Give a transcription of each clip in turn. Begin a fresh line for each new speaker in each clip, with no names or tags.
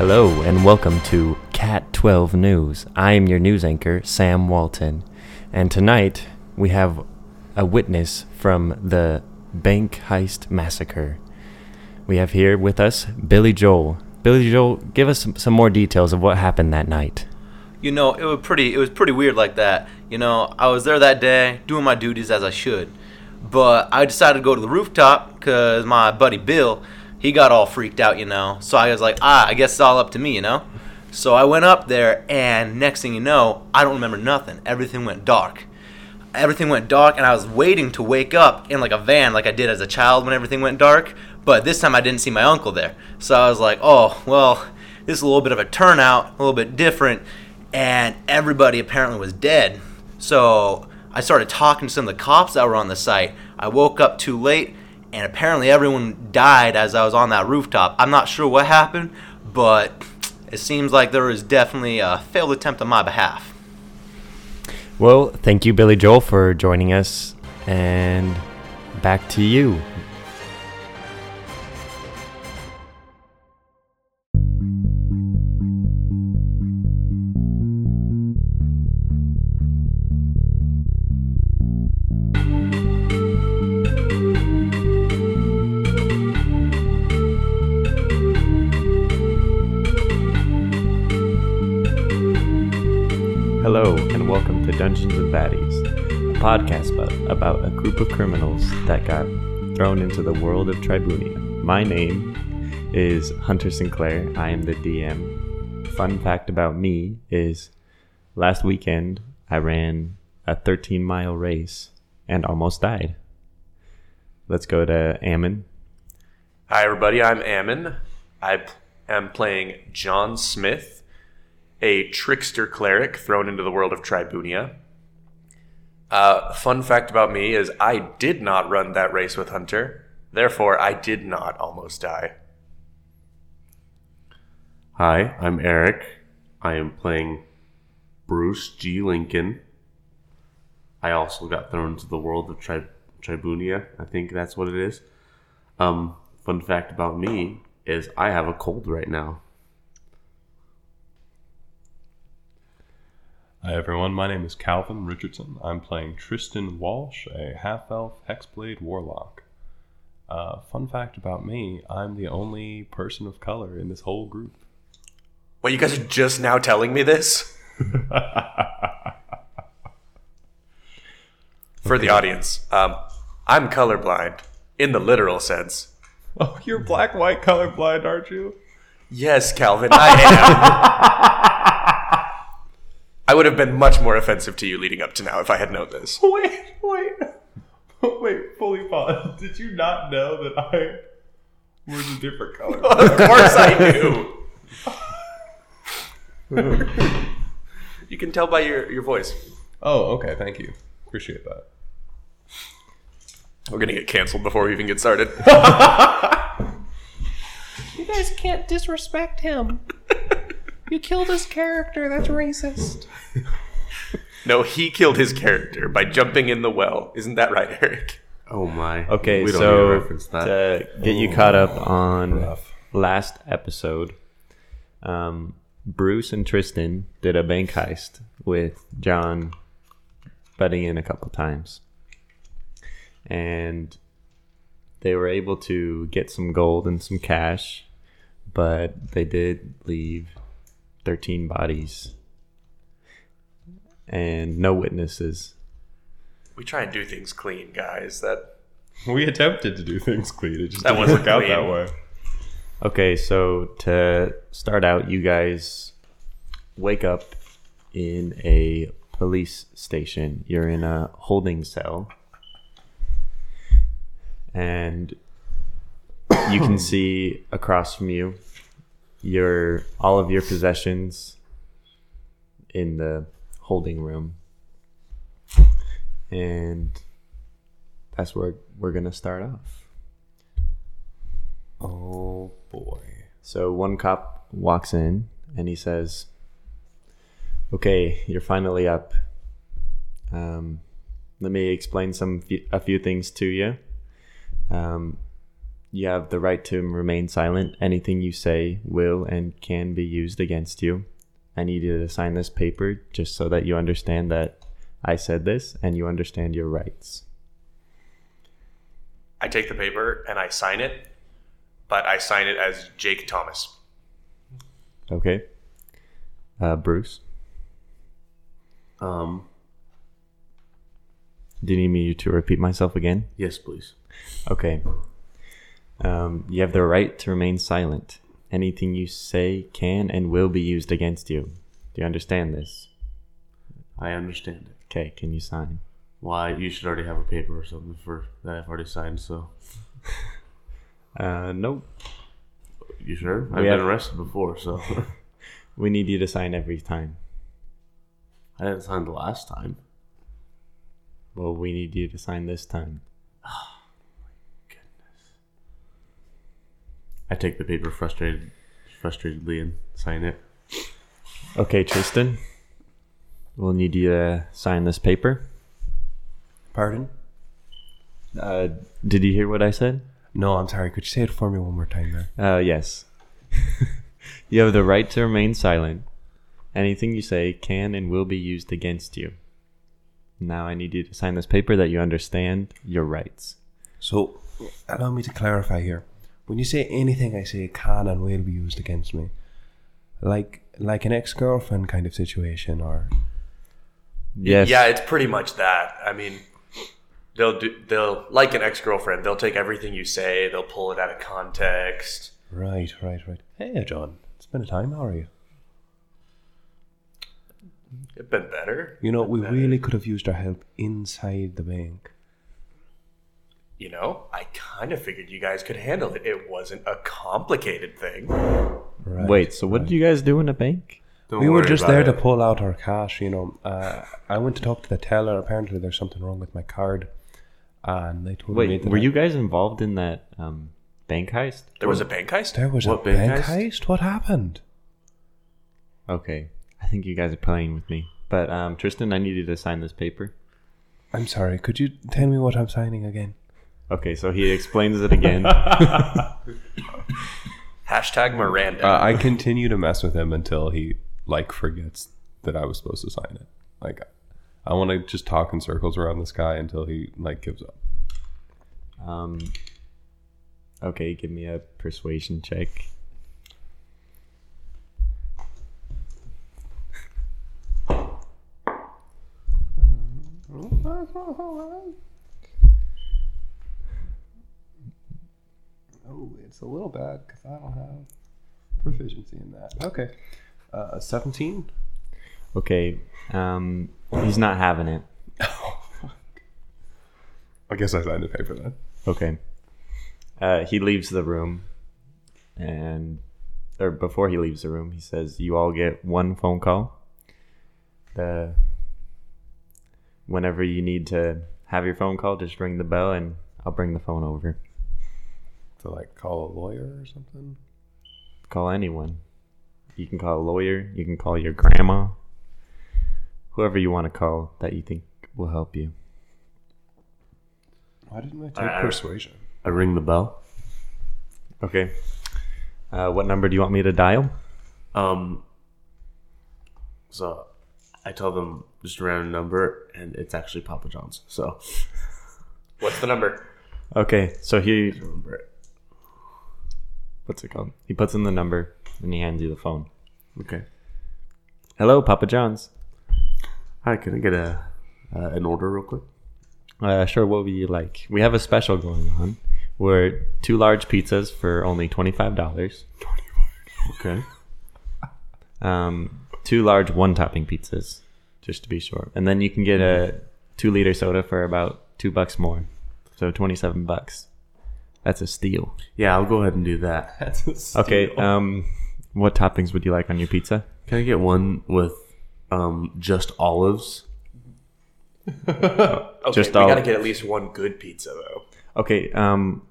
Hello and welcome to Cat 12 News. I am your news anchor, Sam Walton. And tonight we have a witness from the bank heist massacre. We have here with us Billy Joel. Billy Joel, give us some, some more details of what happened that night.
You know, it was pretty. It was pretty weird like that. You know, I was there that day doing my duties as I should, but I decided to go to the rooftop because my buddy Bill, he got all freaked out. You know, so I was like, ah, I guess it's all up to me. You know, so I went up there, and next thing you know, I don't remember nothing. Everything went dark. Everything went dark, and I was waiting to wake up in like a van, like I did as a child when everything went dark. But this time I didn't see my uncle there, so I was like, oh well, this is a little bit of a turnout, a little bit different and everybody apparently was dead. So I started talking to some of the cops that were on the site. I woke up too late, and apparently everyone died as I was on that rooftop. I'm not sure what happened, but it seems like there was definitely a failed attempt on my behalf.
Well, thank you, Billy Joel, for joining us. And back to you. Hello, and welcome to Dungeons and Baddies, a podcast about, about a group of criminals that got thrown into the world of Tribunia. My name is Hunter Sinclair. I am the DM. Fun fact about me is last weekend I ran a 13 mile race and almost died. Let's go to Ammon.
Hi, everybody. I'm Ammon. I p- am playing John Smith, a trickster cleric thrown into the world of Tribunia. Uh, fun fact about me is I did not run that race with Hunter. Therefore, I did not almost die.
Hi, I'm Eric. I am playing Bruce G. Lincoln. I also got thrown into the world of tri- Tribunia. I think that's what it is. Um, fun fact about me is I have a cold right now.
Hi everyone, my name is Calvin Richardson. I'm playing Tristan Walsh, a half elf hexblade warlock. Uh, fun fact about me, I'm the only person of color in this whole group.
Wait, you guys are just now telling me this? For the audience, um, I'm colorblind in the literal sense.
Oh, you're black, white, colorblind, aren't you?
Yes, Calvin, I am. I would have been much more offensive to you leading up to now if I had known this.
Wait, wait, wait, fully pause. Did you not know that I was a different color?
of course I do. you can tell by your, your voice.
oh, okay, thank you. Appreciate that.
We're gonna get canceled before we even get started.
You guys can't disrespect him. You killed his character. That's racist.
no, he killed his character by jumping in the well. Isn't that right, Eric?
Oh my.
Okay,
we don't
so
need to reference that.
to get you caught up on last episode, um, Bruce and Tristan did a bank heist with John butting in a couple times, and they were able to get some gold and some cash, but they did leave thirteen bodies and no witnesses.
We try and do things clean, guys. That
We attempted to do things clean. It just
That
didn't
wasn't
work out
clean.
that way.
Okay, so to start out, you guys wake up in a police station. You're in a holding cell. And you can see across from you your all of your possessions in the holding room. And that's where we're going to start off.
Oh boy.
So one cop walks in and he says, "Okay, you're finally up. Um, let me explain some fe- a few things to you. Um, You have the right to remain silent. Anything you say will and can be used against you. I need you to sign this paper just so that you understand that I said this and you understand your rights.
I take the paper and I sign it, but I sign it as Jake Thomas.
Okay. Uh, Bruce,
Um,
do you need me to repeat myself again?
yes, please.
Okay. Um, you have the right to remain silent. Anything you say can and will be used against you. Do you understand this?
I understand it.
Okay, can you sign?
Why you should already have a paper or something for that I've already signed. So
Uh, nope.
you sure? I've
We
been
have-
arrested before, so
We need you to sign every time.
I didn't sign the last time.
Well, we need you to sign this time.
I take the paper frustrated, frustratedly and sign it.
Okay, Tristan. We'll need you to sign this paper.
Pardon?
Uh, did you hear what I said?
No, I'm sorry. Could you say it for me one more time there?
Uh, yes. you have the right to remain silent. Anything you say can and will be used against you. Now I need you to sign this paper that you understand your rights.
So, allow me to clarify here. When you say anything I say can and will be used against me, like like an ex girlfriend kind of situation, or
Yes.
Yeah, it's pretty much that. I mean, they'll do they'll like an ex-girlfriend. They'll take everything you say, they'll pull it out of context.
right, right, right. Hey, John, it's been a time. How are you?
It's been better.
You know, we really could have used our help inside the bank.
You know, I kind of figured you guys could handle it. It wasn't a complicated thing.
Right.
Wait, so what did you guys do in a bank?
Don't
We were
worry
just
about
there
it.
to pull out our cash, you know. Uh, I went to talk to the teller. Apparently, there's something wrong with my card, and they told me.
Wait,
that
were
I-
you guys involved in that um, bank heist?
There was a bank heist.
There was
What
a
bank
bank
heist?
heist. What happened?
Okay. I think you guys are playing with me. But um, Tristan, I need you to sign this paper.
I'm sorry. Could you tell me what I'm signing again?
Okay, so he explains it again.
Hashtag Miranda.
Uh, I continue to mess with him until he like forgets that I was supposed to sign it. Like, I want to just talk in circles around this guy until he like gives up.
um, okay, give me a persuasion check.
Oh, it's a little bad because I don't have proficiency in that. Okay, uh, seventeen.
Okay. Um, he's not having it.
I guess I signed the paper then.
Okay. Uh, he leaves the room, and or before he leaves the room, he says, "You all get one phone call. The whenever you need to have your phone call, just ring the bell, and I'll bring the phone over.
To like call a lawyer or something.
Call anyone. You can call a lawyer. You can call your grandma. Whoever you want to call that you think will help you.
Why didn't I take
Uh,
persuasion?
I ring the bell.
Okay. Uh, what number do you want me to dial?
Um. So, I tell them just a random number, and it's actually Papa John's. So
What's the number?
Okay, so he
remember it.
what's it called? He puts in the number and he hands you the phone.
Okay.
Hello, Papa John's.
Hi, can I get a uh, an order real quick?
Uh, sure, what would you like? We have a special going on. We're two large pizzas for only twenty-five dollars.
Okay.
Um, two large one-topping pizzas, just to be sure. And then you can get a two-liter soda for about two bucks more, so twenty-seven bucks. That's a steal.
Yeah, I'll go ahead and do that.
Okay. Um, what toppings would you like on your pizza?
Can I get one with um just olives?
Okay,
Just
we
all-
uh,
gotta get at least one good pizza though.
Okay. Um,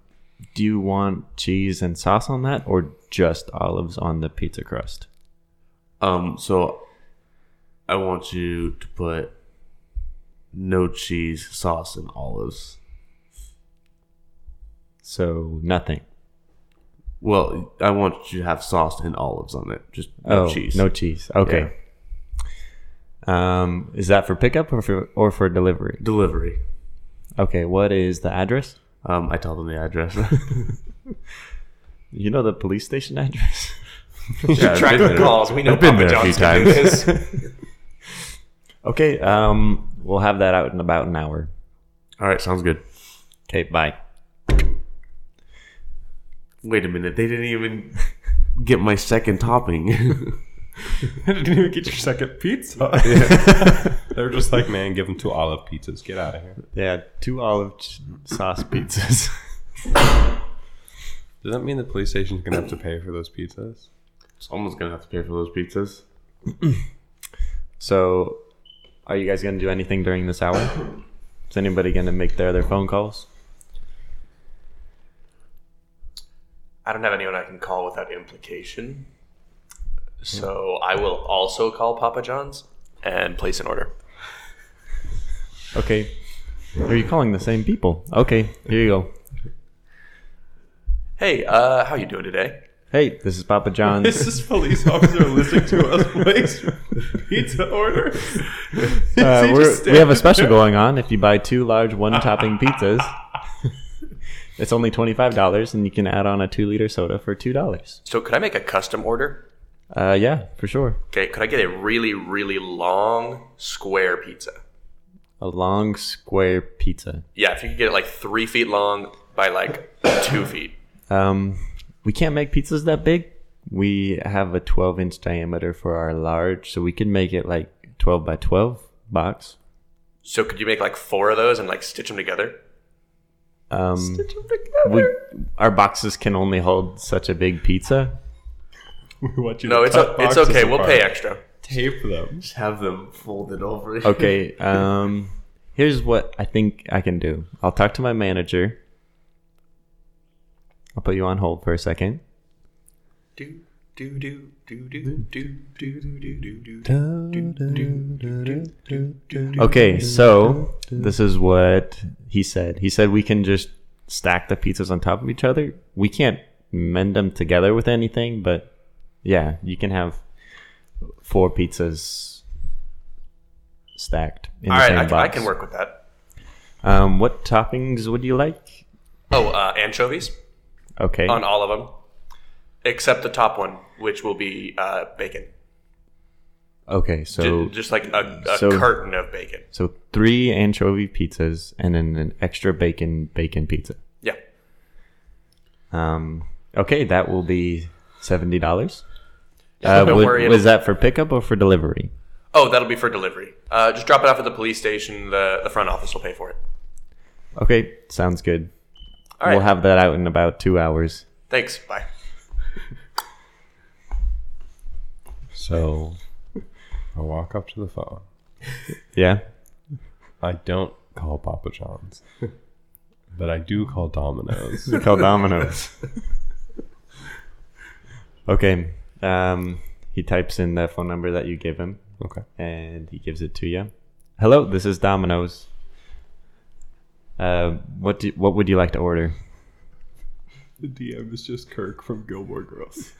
do you want cheese and sauce on that, or just olives on the pizza crust?
Um, so I want you to put no cheese, sauce, and olives.
So nothing.
Well, I want you to have sauce and olives on it. Just no
Oh,
cheese.
No cheese. Okay. Um, is that for pickup or for or for delivery?
delivery.
Okay. What is the address?
Um, I tell them the address.
You know the police station address.
yeah, I've
Track
been
the
there.
calls. We know
I've been
Papa
there a few
John's gonna do
times.
this.
okay. Um, we'll have that out in about an hour.
All right, sounds good.
Okay. Bye.
Wait a minute, they didn't even get my second topping.
I didn't even get your second pizza. They're just like, man, give them two olive pizzas. Get out of here.
Yeah, two olive ch- sauce pizzas.
Does that mean the police station's gonna have to pay for those pizzas?
Someone's gonna have to pay for those pizzas.
so, are you guys gonna do anything during this hour? Is anybody gonna make their other phone calls?
I don't have anyone I can call without implication. So I will also call Papa John's and place an order.
Okay. Are you calling the same people? Okay. Here you go.
Hey, uh, how you doing today?
Hey, this is Papa John's.
this police officer listening to us place pizza order?
Uh, we're, we have a special going on. If you buy two large one-topping pizzas, it's only twenty-five dollars, and you can add on a two-liter soda for two dollars.
So could I make a custom order?
Uh, yeah, for sure.
Okay, could I get a really, really long square pizza?
A long square pizza.
Yeah, if you could get it like three feet long by like two feet.
Um, we can't make pizzas that big. We have a twelve-inch diameter for our large, so we can make it like twelve by twelve box.
So could you make like four of those and like stitch them together?
Um, we, our boxes can only hold such a big pizza.
We want you
No,
to
it's
cut
o- it's
boxes
okay. We'll
apart.
pay extra.
Tape them.
Just have them folded over.
Okay. Um, here's what I think I can do. I'll talk to my manager. I'll put you on hold for a second.
Do do do do do do do do do do do.
Okay, so this is what he said. He said we can just stack the pizzas on top of each other. We can't mend them together with anything, but yeah, you can have four pizzas stacked in
All
the
right,
same
I can, I
box.
can work with that.
Um, what toppings would you like?
Oh, uh, anchovies
Okay.
on all of them, except the top one, which will be uh, bacon.
Okay, so
J- just like a, a
so-
curtain of bacon.
So three anchovy pizzas and then an extra bacon bacon pizza.
Yeah.
Um, okay, that will be seventy dollars.
Yeah,
Uh,
don't
would-
worry,
was
it'll-
that for pickup or for delivery?
Oh, that'll be for delivery. Uh, just drop it off at the police station. The, the front office will pay for it.
Okay, sounds good.
All right.
We'll have that out in about two hours.
Thanks. Bye.
So I walk up to the phone.
Yeah.
I don't call Papa John's, but I do call Domino's.
Call Domino's. okay. Um, he types in the phone number that you give him,
Okay.
and he gives it to you. Hello, this is Domino's. Uh, what do, what would you like to order?
The DM is just Kirk from Gilmore Girls.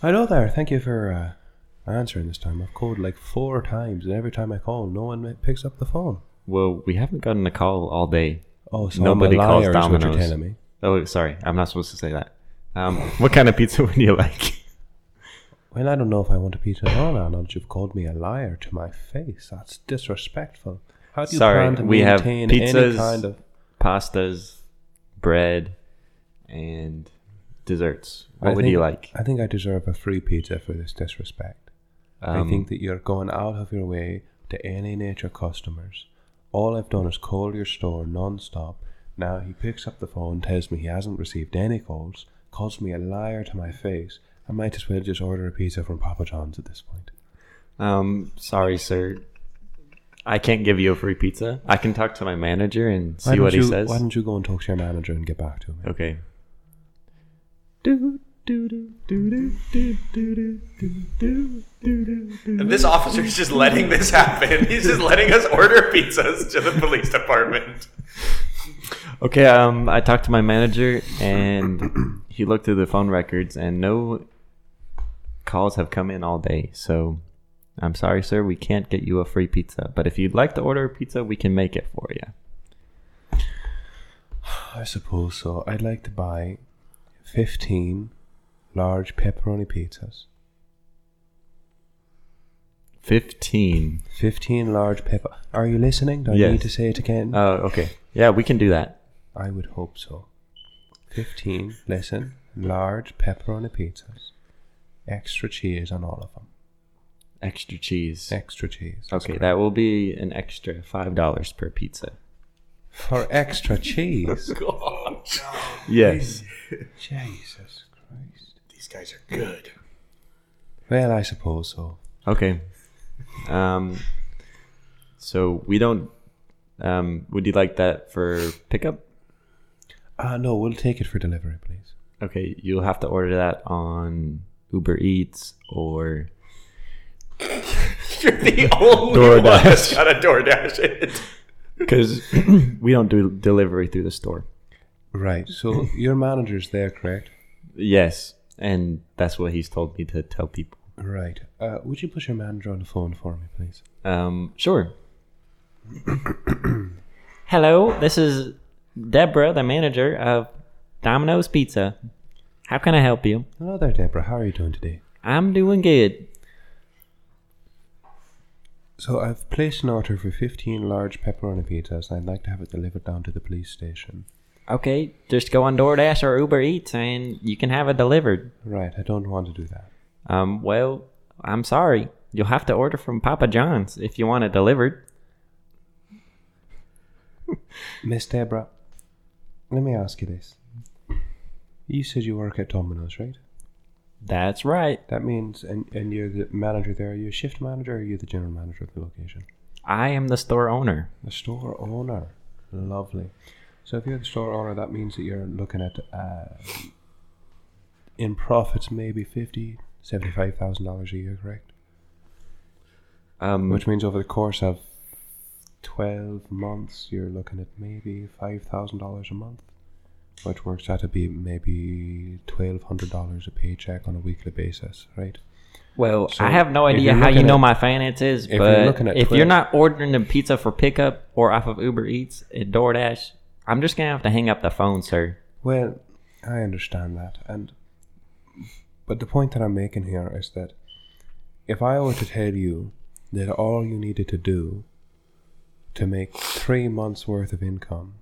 Hello there. Thank you for uh, answering this time. I've called like four times, and every time I call, no one ma- picks up the phone.
Well, we haven't gotten a call all day.
Oh, so
Nobody
I'm a
calls
liar, is what you're
Domino's.
telling me.
Oh, sorry, I'm not supposed to say that. Um, what kind of pizza would you like?
Well, I don't know if I want a pizza or not. Now that you've called me a liar to my face, that's disrespectful. How do you
Sorry,
plan to
we have
maintain
pizzas.
any kind of?
Pastas, bread, and desserts. What
I
would
think-
you like?
I think I deserve a free pizza for this disrespect.
Um,
I think that you're going out of your way to alienate your customers. All I've done is call your store non-stop. Now he picks up the phone, tells me he hasn't received any calls, calls me a liar to my face. I might as well just order a pizza from Papa John's at this point.
Um, sorry, sir. I can't give you a free pizza. I can talk to my manager and
Why
see
don't
what
you,
he says.
Why don't you go and talk to your manager and get back to me?
Okay.
And this officer is just letting this happen. He's just letting us order pizzas to the police department.
Okay, um, I talked to my manager and he looked through the phone records and no calls have come in all day. So I'm sorry, sir, we can't get you a free pizza. But if you'd like to order a pizza, we can make it for you.
I suppose so. I'd like to buy 15 large pepperoni pizzas.
15.
15 large pepper. Are you listening? Do I
Yes.
need to say it again?
Oh, okay. Yeah, we can do that.
I would hope so. 15, listen, large pepperoni pizzas. Extra cheese on all of them.
Extra cheese.
Extra cheese.
Okay, that will be an extra $5 per pizza.
For extra cheese.
Yes.
Jesus Christ.
These guys are good.
Well, I suppose so.
Okay. Um, so we don't. Um, would you like that for pickup?
Uh, no, we'll take it for delivery, please.
Okay, you'll have to order that on Uber Eats or
You're the only
DoorDash.
one that's got a DoorDash in it.
because we don't do delivery through the store.
Right, so your manager's there, correct?
Yes, and that's what he's told me to tell people.
Right. Uh, would you put your manager on the phone for me, please?
Um, sure. Hello, this is Deborah, the manager of Domino's Pizza. How can I help you?
Hello there, Deborah. How are you doing today?
I'm doing good.
So I've placed an order for 15 large pepperoni pizzas, and I'd like to have it delivered down to the police station.
Okay, just go on DoorDash or Uber Eats and you can have it delivered.
Right, I don't want to do that.
Um, well, I'm sorry. You'll have to order from Papa John's if you want it delivered.
Miss Deborah, let me ask you this. You said you work at Domino's, right?
That's right.
That means, and, and you're the manager there. Are you a shift manager or are you the general manager of the location?
I am the store owner.
The store owner. Lovely. So if you're the store owner, that means that you're looking at, uh, in profits, maybe fifty, seventy-five thousand dollars a year, correct?
Um,
Which means over the course of 12 months, you're looking at maybe $5,000 a month, which works out to be maybe $1,200 a paycheck on a weekly basis, right?
well,
so
I have no
if
idea
you're
how you
looking
know
at-
my finances,
if you're
but
looking at
if
twelve-
you're not ordering a pizza for pickup or off of Uber Eats and DoorDash, I'm just gonna have to hang up the phone, sir.
Well, I understand that. And but the point that I'm making here is that if I were to tell you that all you needed to do to make 3 months worth of income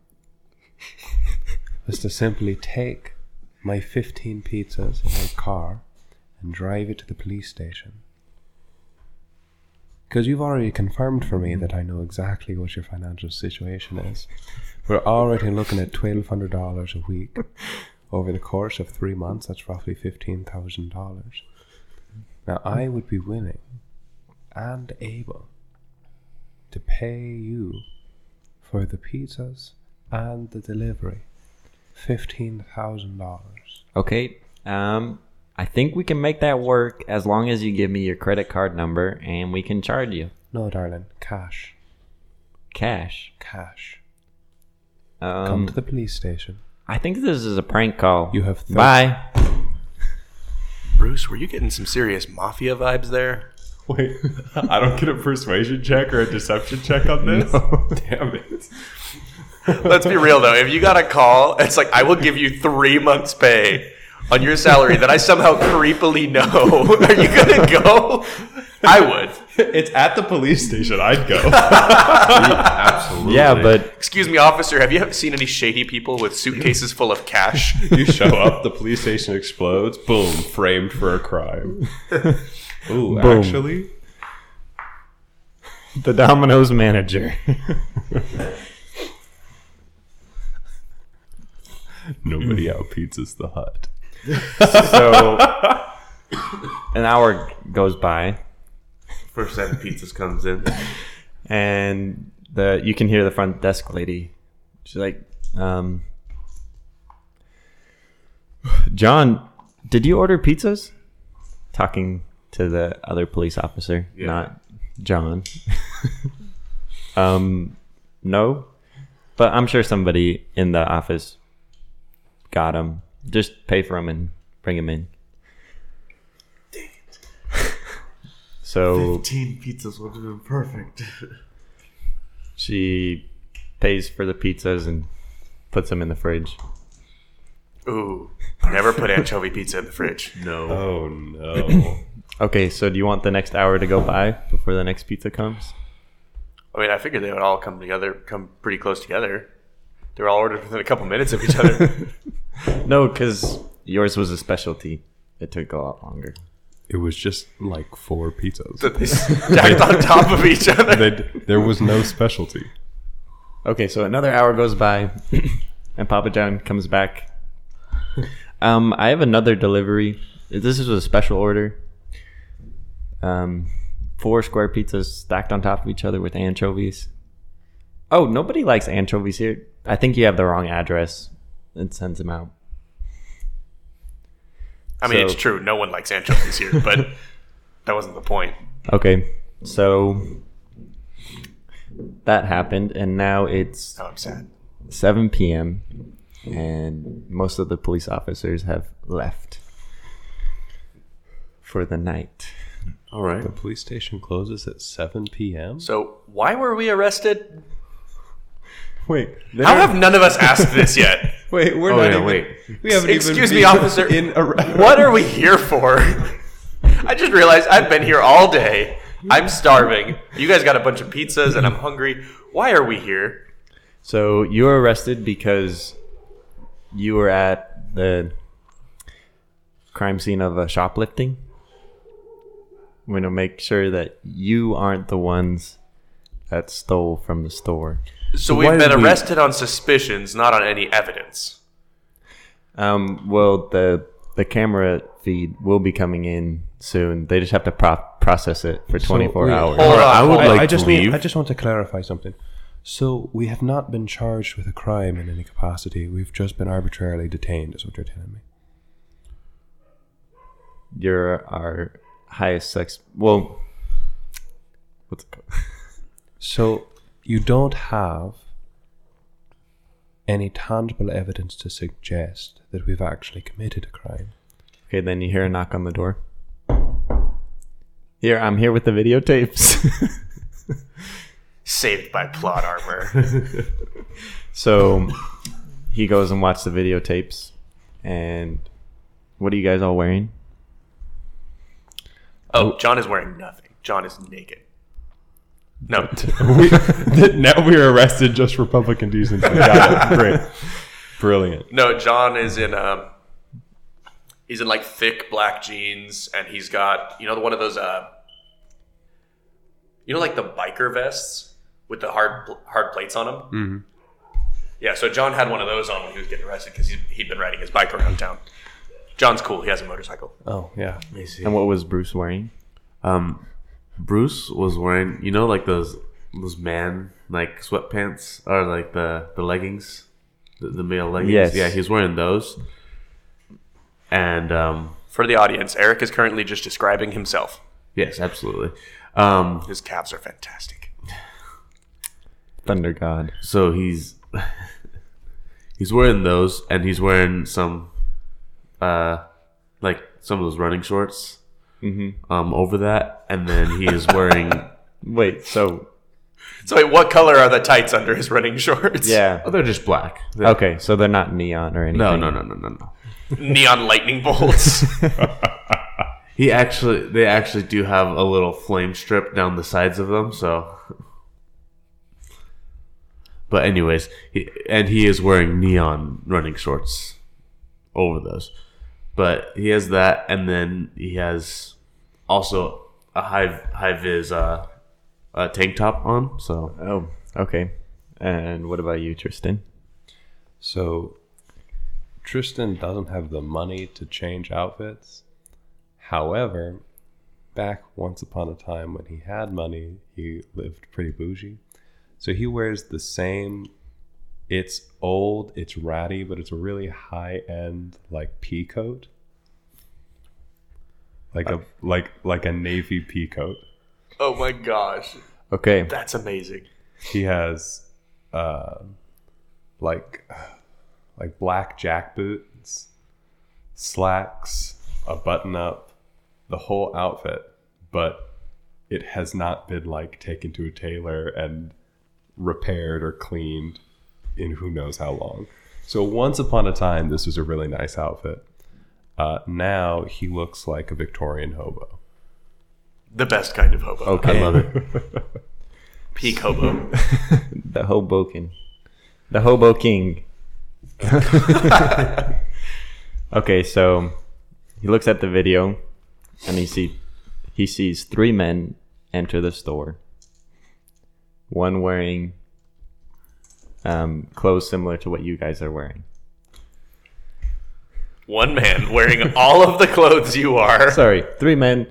was to simply take my 15 pizzas in my car and drive it to the police station. Because you've already confirmed for me that I know exactly what your financial situation is. We're already looking at twelve hundred dollars a week over the course of three months. That's roughly fifteen thousand dollars. Now I would be willing and able to pay you for the pizzas and the delivery fifteen thousand dollars.
Okay. Um, I think we can make that work as long as you give me your credit card number and we can charge you
No, darling, cash,
cash.
cash.
Um,
Come to the police station.
I think this is a prank call.
You have thir-
bye.
Bruce, were you getting some serious mafia vibes there?
Wait,
I don't get a persuasion check or a deception check on this. Damn it.
Let's be real though. If you got a call, it's like I will give you three months' pay on your salary that I somehow creepily know. Are you gonna go? I would.
It's at the police station. I'd go. Absolutely.
Yeah, but
Excuse me, officer. Have you seen any shady people with suitcases full of cash?
you show up, the police station explodes. Boom, framed for a crime. Ooh, actually,
the Domino's manager.
nobody out pizzas the hut.
so an hour goes by,
first set of pizzas comes in.
and the you can hear the front desk lady. She's like, um, "John, did you order pizzas?" Talking to the other police officer, not John. um, no. But I'm sure somebody in the office got him. Just pay for him and bring him in. So
Fifteen pizzas would have been perfect.
she pays for the pizzas and puts them in the fridge.
Ooh, never put anchovy pizza in the fridge.
No.
Oh no.
Okay, so do you want the next hour to go by before the next pizza comes?
I mean, I figured they would all come together, come pretty close together. They were all ordered within a couple minutes of each other.
No, because yours was a specialty. It took a lot longer.
it was just like four pizzas.
that they stacked on top of each other.
They'd, there was no specialty.
Okay, so another hour goes by, and Papa John comes back. Um, I have another delivery. This is a special order. Um, four square pizzas stacked on top of each other with anchovies. Oh, nobody likes anchovies here. I think you have the wrong address. It sends them out.
I mean,
So-
it's true. No one likes anchovies here, but that wasn't the point.
Okay, so that happened, and now it's
Oh, I'm sad.
7 p.m. and most of the police officers have left for the night.
All right.
The police station closes at 7 p.m.
So, why were we arrested?
Wait,
How have none of us asked this yet?
wait, we're
Oh yeah, wait.
We haven't
Excuse me, officer.
In a,
What are we here for? I just realized I've been here all day. I'm starving. You guys got a bunch of pizzas and I'm hungry. Why are we here?
So you were arrested because you were at the crime scene of a shoplifting. We're going to make sure that you aren't the ones that stole from the store.
So
why
we've been
did we-
arrested on suspicions, not on any evidence.
Um, well, the the camera feed will be coming in soon. They just have to pro- process it for 24
wait,
hours.
Hold on,
I would
hold on.
like
I just
to leave.
Need, I just want to clarify something. So we have not been charged with a crime in any capacity. We've just been arbitrarily detained, is what you're telling me.
you're our highest sex. Well, what's it called?
So you don't have any tangible evidence to suggest that we've actually committed a crime.
Okay, then you hear a knock on the door. Here, I'm here with the videotapes.
Saved by plot armor.
so he goes and watches the videotapes. And what are you guys all wearing?
Oh, John is wearing nothing. John is naked. No.
we, now we're arrested just for public indecency. Got it. Great. Brilliant.
No, John is in um he's in like thick black jeans and he's got you know one of those uh you know like the biker vests with the hard pl- hard plates on them. Mm-hmm. Yeah, so John had one of those on when he was getting arrested because he'd been riding his bike around town. John's cool. He has a motorcycle.
Oh, yeah.
And what was Bruce wearing?
Um, Bruce was wearing, you know, like those those man like sweatpants or like the the leggings, the, the male leggings.
Yes.
Yeah, he's wearing those. And um,
For the audience, Eric is currently just describing himself.
yes, absolutely. Um,
His calves are fantastic.
Thunder God.
so he's he's wearing those, and he's wearing some, uh, like some of those running shorts. Mm-hmm. Um, over that, and then he is wearing.
Wait, so
So, wait, what color are the tights under his running shorts?
yeah.
oh, they're just black. They're-
Okay, so they're not neon or anything.
No, no, no, no, no, no.
Neon lightning bolts.
He actually, they actually do have a little flame strip down the sides of them. So, but anyways, he, and he is wearing neon running shorts over those. But he has that, and then he has also a high high vis uh, uh, tank top on. So
Oh, okay. And what about you, Tristan?
So Tristan doesn't have the money to change outfits. However, back once upon a time when he had money, he lived pretty bougie. So he wears the same it's old, it's ratty, but it's a really high end like pea coat. Like a like like a navy pea coat.
oh my gosh.
Okay.
That's amazing.
He has uh, like like black jack boots, slacks, a button up, the whole outfit, but it has not been like taken to a tailor and repaired or cleaned in who knows how long. So once upon a time, this was a really nice outfit. Uh, now he looks like a Victorian hobo.
The best kind of hobo.
Okay, I love it.
Peak hobo.
The Hoboken. The Hobo King. okay, so he looks at the video and he see he sees three men enter the store. One wearing um, clothes similar to what you guys are wearing.
One man wearing all of the clothes you are.
Sorry, three men.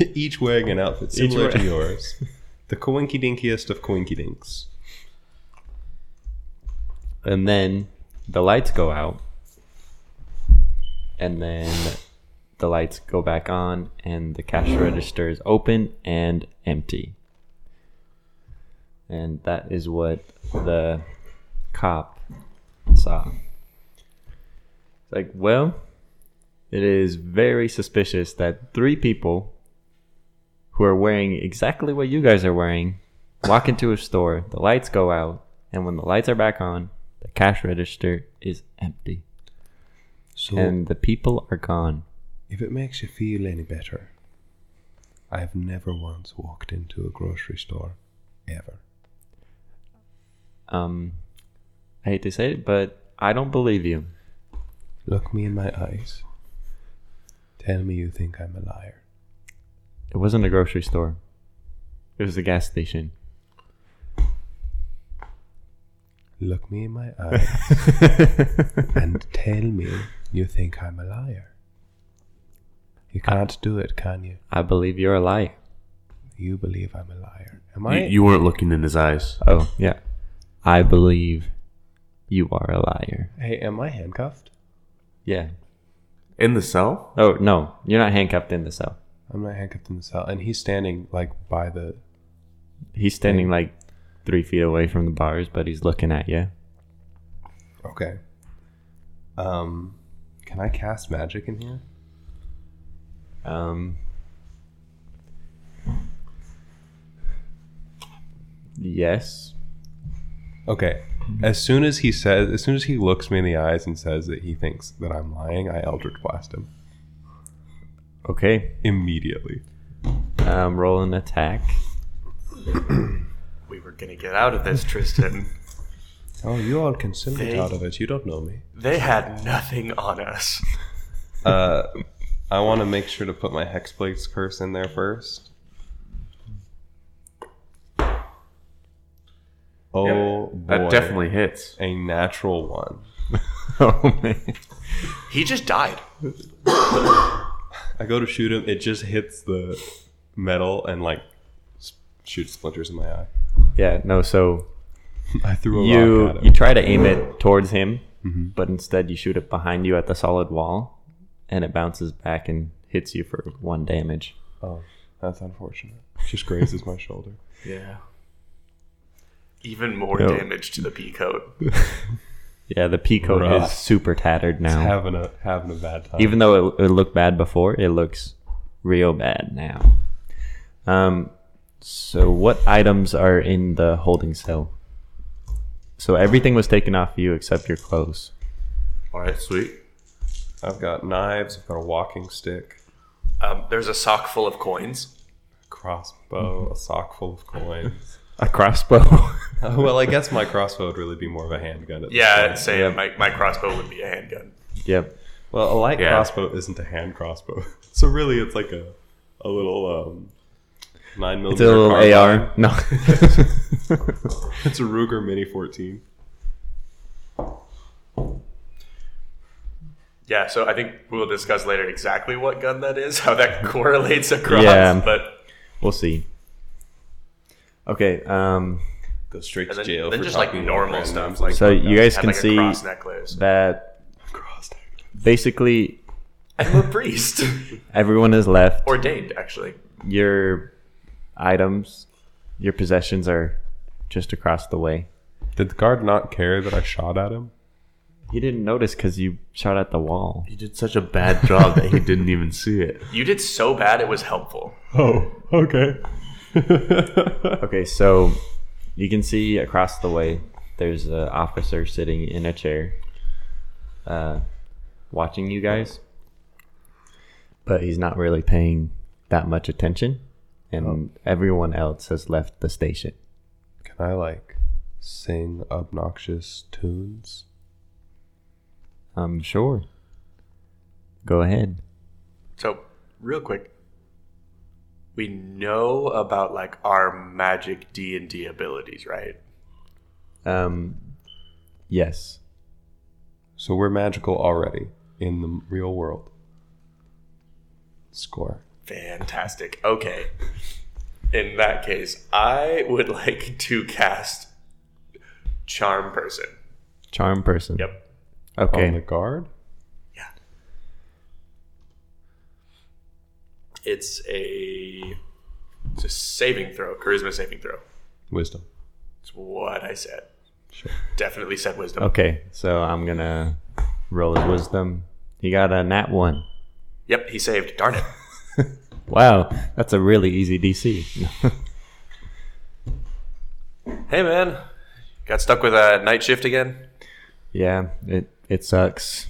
Each wearing an outfit similar to
wearing-
yours. The coinky dinkiest of coinky dinks.
And then the lights go out. And then the lights go back on, and the cash register is open and empty. And that is what the cop saw. It's like, well, it is very suspicious that three people who are wearing exactly what you guys are wearing walk into a store, the lights go out, and when the lights are back on, the cash register is empty.
So
And the people are gone.
If it makes you feel any better, I have never once walked into a grocery store, ever.
Um, I hate to say it, but I don't believe you.
Look me in my eyes. Tell me you think I'm a liar.
It wasn't a grocery store. It was a gas station.
Look me in my eyes and tell me you think I'm a liar. You can't do it, can you?
I believe you're a liar.
You believe I'm a liar. Am
You,
I?
you weren't looking in his eyes.
Oh, yeah. I believe you are a liar.
hey, am I handcuffed?
Yeah.
In the cell?
Oh, no. You're not handcuffed in the cell.
I'm not handcuffed in the cell. And he's standing, like, by the.
He's standing like three feet away from the bars, but he's looking at you.
Okay. Um, can I cast magic in here?
Um. Yes.
Okay. As soon as he says, as soon as he looks me in the eyes and says that he thinks that I'm lying, I Eldritch Blast him
Okay.
immediately.
Um, roll an attack.
We were gonna get out of this, Tristan.
Oh, you all can still get
Hey.
out of it. You don't know me.
They had nothing on us.
Uh, I want to make sure to put my Hexblade's curse in there first. Oh boy,
That definitely hits.
a natural one.
oh man.
He just died.
I go to shoot him. It just hits the metal and like s- shoots splinters in my eye.
Yeah. No. So
I Mm-hmm. threw a rock
you
at him.
you try to aim it towards him, but instead you shoot it behind you at the solid wall, and it bounces back and hits you for one damage.
Oh, that's unfortunate. Just grazes my shoulder.
Yeah. Even more
No.
damage to the pea coat.
Yeah. The pea coat
Rough.
is super tattered now.
having a having a bad time.
Even though it, it looked bad before, it looks real bad now. Um, so what items are in the holding cell? So everything was taken off you except your clothes.
All right, sweet.
I've got knives, I've got a walking stick,
Um, there's a sock full of coins.
a crossbow, a sock full of coins.
A crossbow.
Uh, well, I guess my crossbow would really be more of a handgun. At this
Yeah,
point.
I'd say my, my crossbow would be a handgun.
yep.
Well, a light
Yeah.
crossbow isn't a hand crossbow, so really it's like a a little um, nine
It's a little
millimeter carbine.
AR. No.
It's a Ruger Mini 14.
Yeah, so I think we'll discuss later exactly what gun that is, how that correlates across.
Yeah.
But
we'll see. Okay. Um,
Go straight
and
to
then,
jail
then
for
just like
talking
normal
about
stuff,
randoms.
like uh,
so you guys
had
can
like a
see
cross necklace.
that basically
I'm a priest,
everyone is left.
ordained actually.
your items, your possessions are just across the way.
Did the guard not care that I shot at him?
He didn't notice because you shot at the wall.
He did such a bad job that he didn't even see it.
You did so bad it was helpful.
Oh, okay.
Okay, so you can see across the way there's an officer sitting in a chair, uh, watching you guys, but he's not really paying that much attention, and everyone else has left the station.
Can I like sing obnoxious tunes?
I'm Um, sure. Go ahead.
So, real quick, we know about like our magic D and D abilities, right?
Um, yes.
So we're magical already in the real world. Score.
Fantastic. Okay. In that case, I would like to cast Charm Person.
Charm person.
Yep.
Okay.
On the guard?
It's a it's a saving throw, charisma saving throw.
Wisdom.
It's what I said.
Sure.
Definitely said wisdom.
Okay, so I'm gonna roll his wisdom. He got a nat one.
Yep, he saved. Darn it.
Wow, that's a really easy DC.
Hey man, got stuck with a night shift again.
yeah, it it sucks.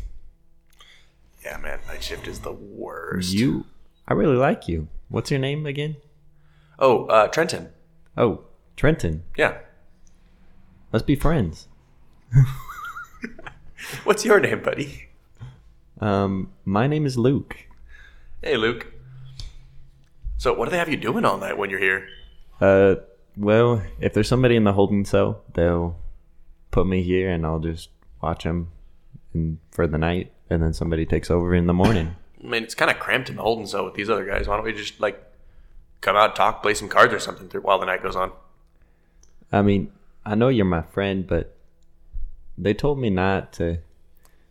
Yeah, man, night shift is the worst.
You, I really like you. What's your name again?
Oh, uh, Trenton.
Oh, Trenton.
Yeah.
Let's be friends.
What's your name, buddy?
Um, my name is Luke.
Hey, Luke. So, what do they have you doing all night when you're here?
Uh, well, if there's somebody in the holding cell, they'll put me here, and I'll just watch them and for the night, and then somebody takes over in the morning.
I mean, it's kind of cramped in the holding cell with these other guys. Why don't we just like come out, talk, play some cards or something through while the night goes on?
I mean, I know you're my friend, but they told me not to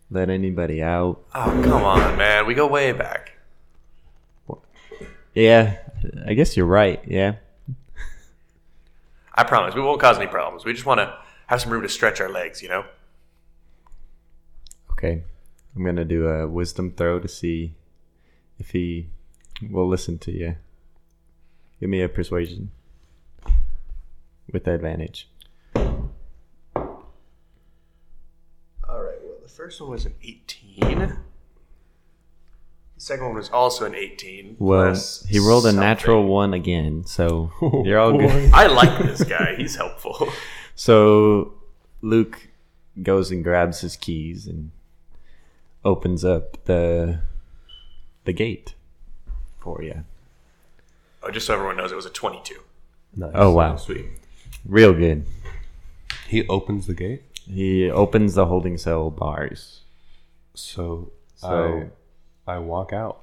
let anybody out.
Oh, come on, man. We go way back.
Yeah, I guess you're right. Yeah.
I promise we won't cause any problems. We just want to have some room to stretch our legs, you know?
Okay. I'm going to do a wisdom throw to see if he will listen to you. Give me a persuasion with advantage.
All right. Well, the first one was an 18. The second one was also an 18.
Well,
plus
he rolled a
something.
natural one again, so you're all good.
I like this guy. He's helpful.
So Luke goes and grabs his keys and opens up the the gate for you.
Oh, just so everyone knows, it was a 22.
Nice.
Oh wow,
Sweet.
real good.
He opens the gate.
He opens the holding cell bars.
So,
So-
I I walk out.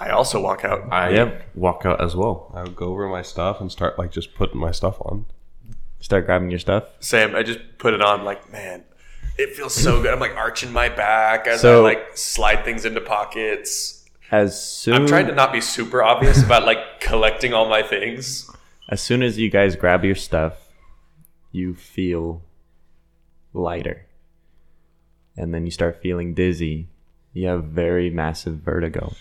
I also walk out.
I
Yep.
walk out as well.
I go over my stuff and start like just putting my stuff on.
Start grabbing your stuff.
Sam, I just put it on, like, man, it feels so good. I'm like arching my back as
So-
I like slide things into pockets.
As soon
I'm trying to not be super obvious about like collecting all my things.
as soon as you guys grab your stuff, you feel lighter. And then you start feeling dizzy. You have very massive vertigo.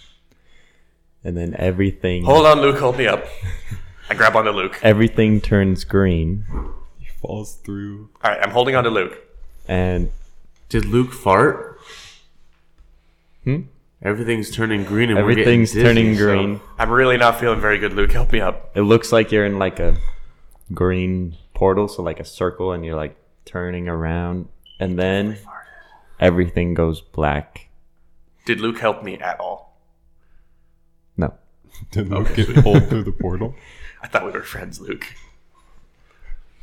And then everything
Hold on, Luke, hold me up. I grab onto Luke.
everything turns green
He falls through.
All right, I'm holding onto Luke.
and
Did Luke fart?
Hmm?
Everything's turning green and we're getting
everything's
dizzy,
turning
so-
green.
I'm really not feeling very good, Luke. Help me up.
It looks like you're in like a green portal, so like a circle, and you're like turning around, and then everything goes black.
Did Luke help me at all?
No.
Did Luke get pulled through the portal?
I thought we were friends, Luke.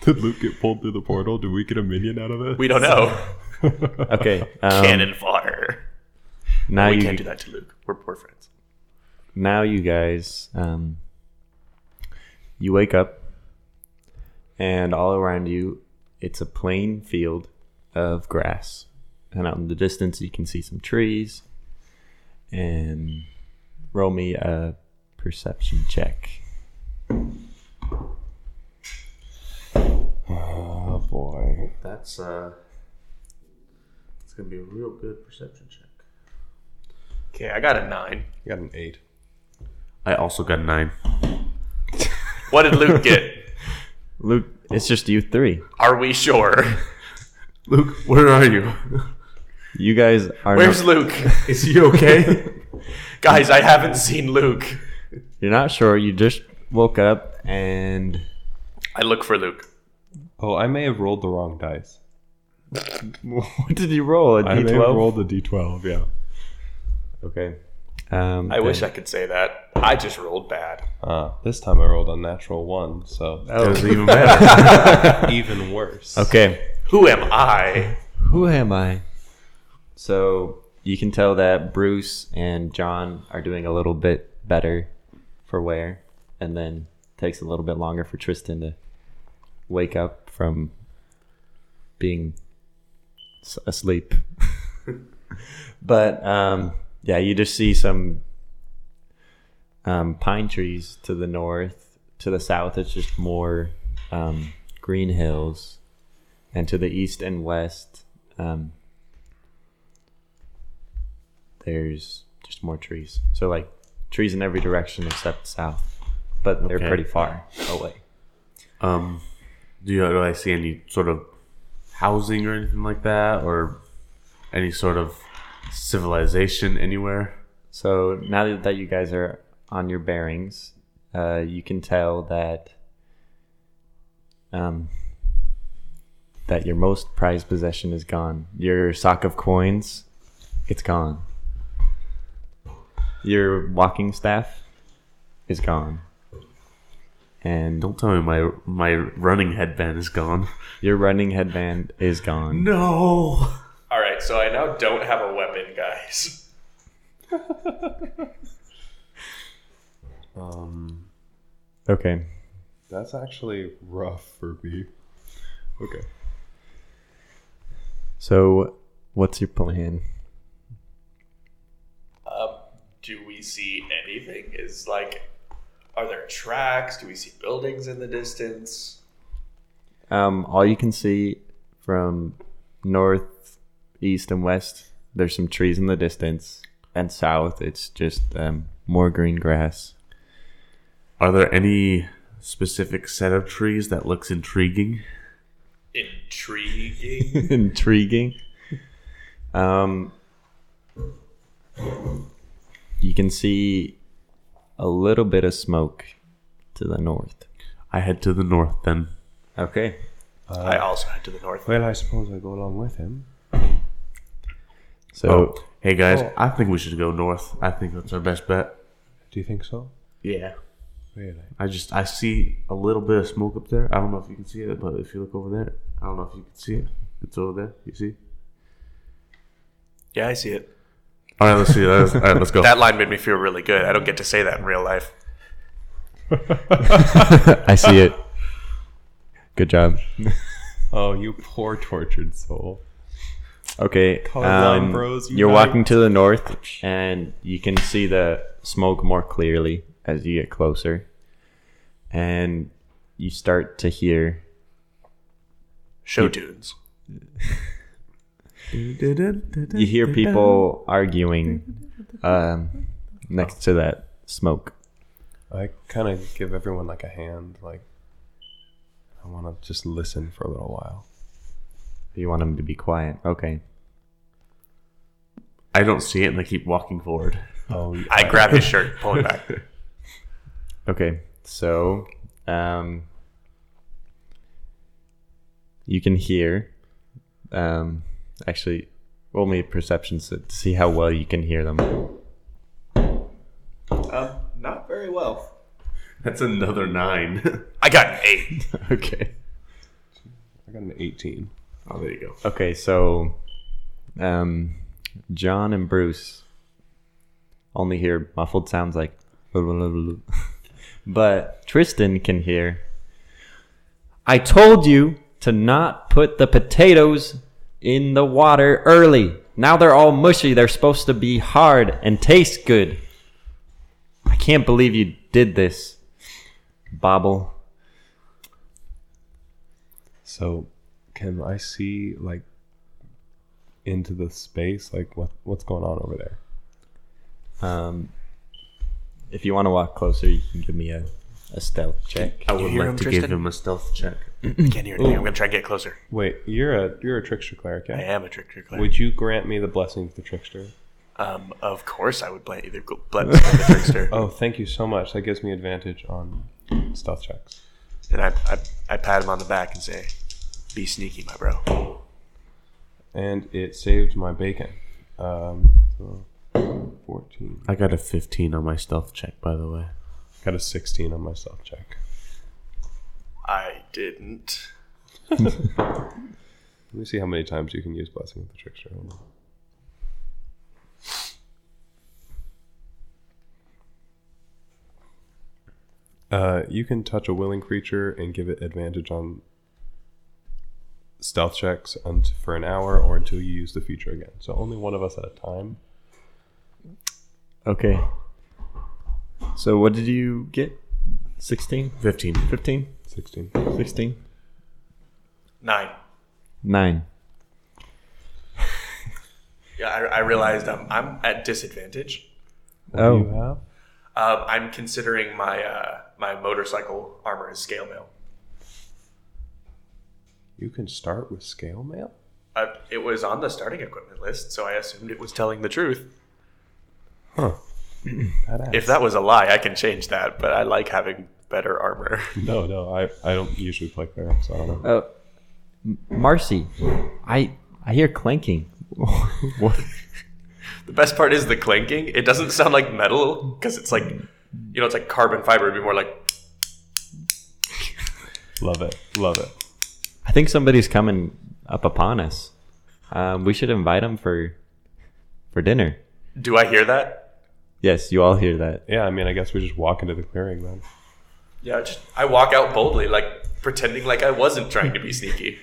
Did Luke get pulled through the portal? Did we get a minion out of it?
We don't know.
Okay. Um,
Cannon fodder.
Now
we
you
can't do that to Luke. We're poor friends.
now you guys um, you wake up and all around you it's a plain field of grass and out in the distance you can see some trees and roll me a perception check
Oh boy.
That's uh, it's gonna be a real good perception check.
Okay, I got a nine.
You got an eight.
I also got a nine.
What did Luke get?
Luke, it's just you three.
Are we sure?
Luke, where are you?
You guys are.
Where's
Not,
Luke?
Is he okay?
Guys, I haven't seen Luke.
you're not sure. You just woke up and
I look for Luke.
Oh, I may have rolled the wrong dice.
what did you roll? A
I may have
D12.
rolled the d12. Yeah.
Okay. Um,
I wish I could say that. I just rolled bad.
Uh, this time I rolled a natural one, so that
was even better.
was even worse.
okay.
Who am I?
Who am I? So you can tell that Bruce and John are doing a little bit better for wear, and then takes a little bit longer for Tristan to wake up from being s- asleep. but um, yeah, you just see some um, pine trees to the north. To the south, it's just more um, green hills and to the east and west um, there's just more trees so like trees in every direction except south but they're
Okay.
pretty far away
Um, do, you, do I see any sort of housing or anything like that, or any sort of civilization anywhere?
so now that you guys are on your bearings uh, you can tell that um, that your most prized possession is gone your sock of coins it's gone your walking staff is gone and
Don't tell me my my running headband is gone.
Your running headband is gone.
No.
All right, so I now don't have a weapon, guys.
Um,
Okay.
That's actually rough for me. Okay.
So, what's your plan?
Um, do we see anything? Is like, are there tracks? Do we see buildings in the distance?
Um, all you can see from north, east, and west, there's some trees in the distance, and south, it's just um, more green grass.
Are there any specific set of trees that looks intriguing?
Intriguing.
Intriguing. Um, you can see a little bit of smoke to the north.
I head to the north then.
Okay.
I also head to the north.
Uh, Well, I suppose I go along with him.
So,
Oh, hey guys, I think we should go north. I think that's our best bet.
Do you think so?
Yeah.
Really?
I just I see a little bit of smoke up there. I don't know if you can see it, but if you look over there, I don't know if you can see it. It's over there. You see?
Yeah, I see it.
All right, let's see. Let's, all right, let's go.
That line made me feel really good. I don't get to say that in real life.
I see it. Good job.
Oh, you poor tortured soul.
Okay.
Colorblind
um,
bros
you're
unite.
walking to the north, and you can see the smoke more clearly as you get closer, and you start to hear.
Show tunes.
You hear people arguing um, next to that smoke.
I kind of give everyone like a hand. Like, I want to just listen for a little while.
You want them to be quiet. Okay.
I don't see it, and I keep walking forward.
Oh, y-
I grab his shirt, pull it back.
Okay. So, um, you can hear. Um, actually, roll me a perception to to see how well you can hear them.
Um, not very well.
That's another nine.
I got an eight.
Okay.
I got an 18.
oh, there you go.
Okay, so um, John and Bruce only hear muffled sounds like, but Tristan can hear. I told you to not put the potatoes in the water early. Now they're all mushy. They're supposed to be hard and taste good. I can't believe you did this, Bobble.
So, Can I see like into the space? Like what what's going on over there?
Um, if you want to walk closer, you can give me a, a stealth check.
I would
hear
like
him,
to give
Tristan?
him a stealth check.
Can't hear anything. I'm gonna try and get closer.
Wait, you're a you're a trickster cleric.
I
Yeah?
am a trickster cleric.
Would you grant me the blessing of the trickster?
Um, of course, I would play either gl- blend or the trickster,
Oh, thank you so much. That gives me advantage on stealth checks.
and I, I I pat him on the back and say, "Be sneaky, my bro."
And it saved my bacon. Um, so 14.
I got a 15 on my stealth check, by the way.
Got a 16 on my stealth check.
I didn't.
Let me see how many times you can use Blessing with the Trickster. Hold on. Uh, you can touch a willing creature and give it advantage on stealth checks unt- for an hour or until you use the feature again. So only one of us at a time.
Okay. So what did you get? 16?
15.
15?
16.
16?
Nine.
9.
Yeah, I, I realized I'm I'm at disadvantage.
You
Oh,
have?
Um, I'm considering my uh, my motorcycle armor as scale mail.
You can start with scale mail?
I, it was on the starting equipment list, so I assumed it was telling the truth.
Huh. Badass.
If that was a lie, I can change that, but I like having better armor.
no, no, I, I don't usually play clerics. So I don't know.
oh. M- Marcy, I I hear clanking. what?
the best part is the clanking. It doesn't sound like metal because it's like, you know, it's like carbon fiber. It'd be more like,
Love it. Love it.
I think somebody's coming up upon us. Um, we should invite them for for dinner.
do I hear that?
Yes, you all hear that.
Yeah, I mean, I guess we just walk into the clearing then.
Yeah, I just I walk out boldly, like pretending like I wasn't trying to be sneaky.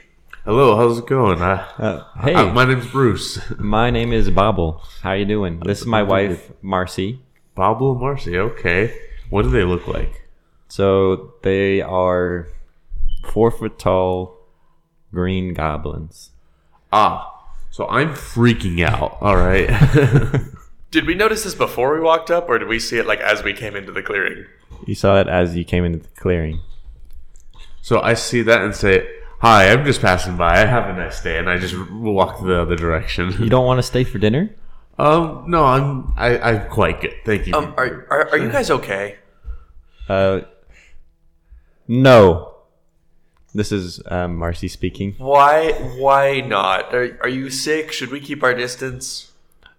Hello, how's it going? I,
Uh, hey,
I-
my-,
my name's Bruce.
name is Bobble. How you doing? This is my wife, Marcy.
Pablo and Marcy, okay. What do they look like?
So they are four foot tall green goblins.
Ah, so I'm freaking out, all right?
Did we notice this before we walked up, or did we see it like as we came into the clearing?
You saw it as you came into the clearing.
so I see that and say, Hi, I'm just passing by. Have a nice day. And I just walk the other
You
direction.
don't want to stay for dinner?
Um, no, I'm I, I'm quite good. Thank you.
Um, are, are are you guys okay?
Uh, no. This is um, Marcy speaking.
Why why not? Are are you sick? Should we keep our distance?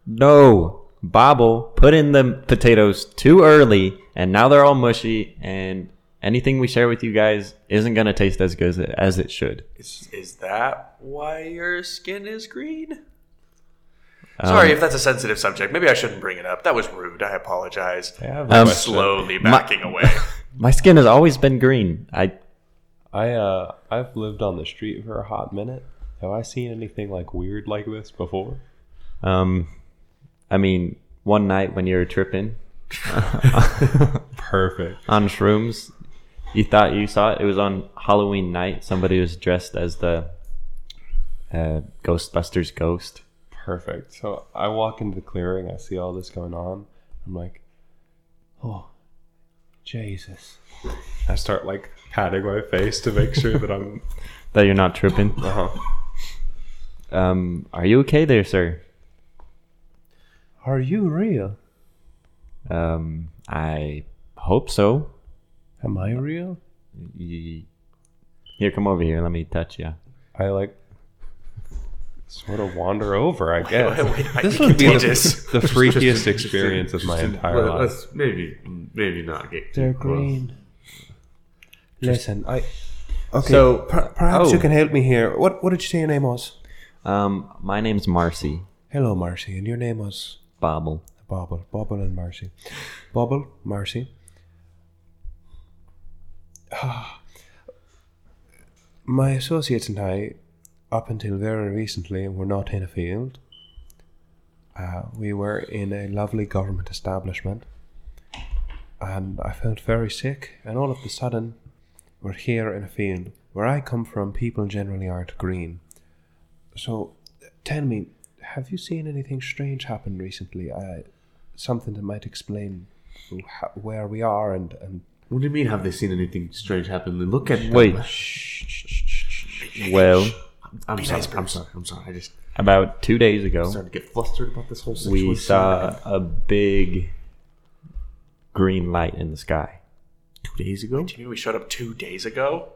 No, Bobble put in the potatoes too early, and now they're all mushy. And anything we share with you guys isn't gonna taste as good as it, as it should.
Is is that why your skin is green?
Um,
Sorry if that's a sensitive subject. Maybe I shouldn't bring it up. That was rude. I apologize.
I have
Um,
a question.
Slowly backing away.
My skin has always been green. I
I uh, I've lived on the street for a hot minute. Have I seen anything like weird like this before?
um, I mean, one night when you were tripping
Perfect.
on shrooms, you thought you saw it. It was on Halloween night. Somebody was dressed as the uh, Ghostbusters ghost.
Perfect. So I walk into the clearing. I see all this going on. I'm like, oh, Jesus. I start like patting my face to make sure that I'm.
That you're not tripping.
Uh-huh.
Um, are you okay there, sir?
Are you real?
Um, I hope so.
Am I real?
Y- Here, come over here. Let me touch you.
I like sort of wander over. I guess
Wait, I
this
think
would be the,
contagious.
the
Just
freakiest
to-
experience of
just
my
to-
entire
let-
life.
Let's maybe maybe not get too
They're
close.
green. Listen, I. Okay.
So-
per- perhaps
oh.
you can help me here. What What did you say your name was?
Um, my name's Marcy
Hello, Marcy, and your name was
Bobble.
Bobble. Bobble and Marcy. Bobble, Marcy. Ah. My associates and I, up until very recently, were not in a field. Uh, we were in a lovely government establishment, and I felt very sick. And all of a sudden, we're here in a field Where I come from, people generally aren't green. So, tell me, have you seen anything strange happen recently? Uh, something that might explain wh- where we are and, and
What do you mean? Have they seen anything strange happen? Then Look at them.
Wait. Well,
I'm sorry. I'm sorry. I'm sorry. I just
about two days ago,
started to get flustered about this whole situation.
we saw a big green light in the sky.
two days ago.
You mean we showed up two days ago?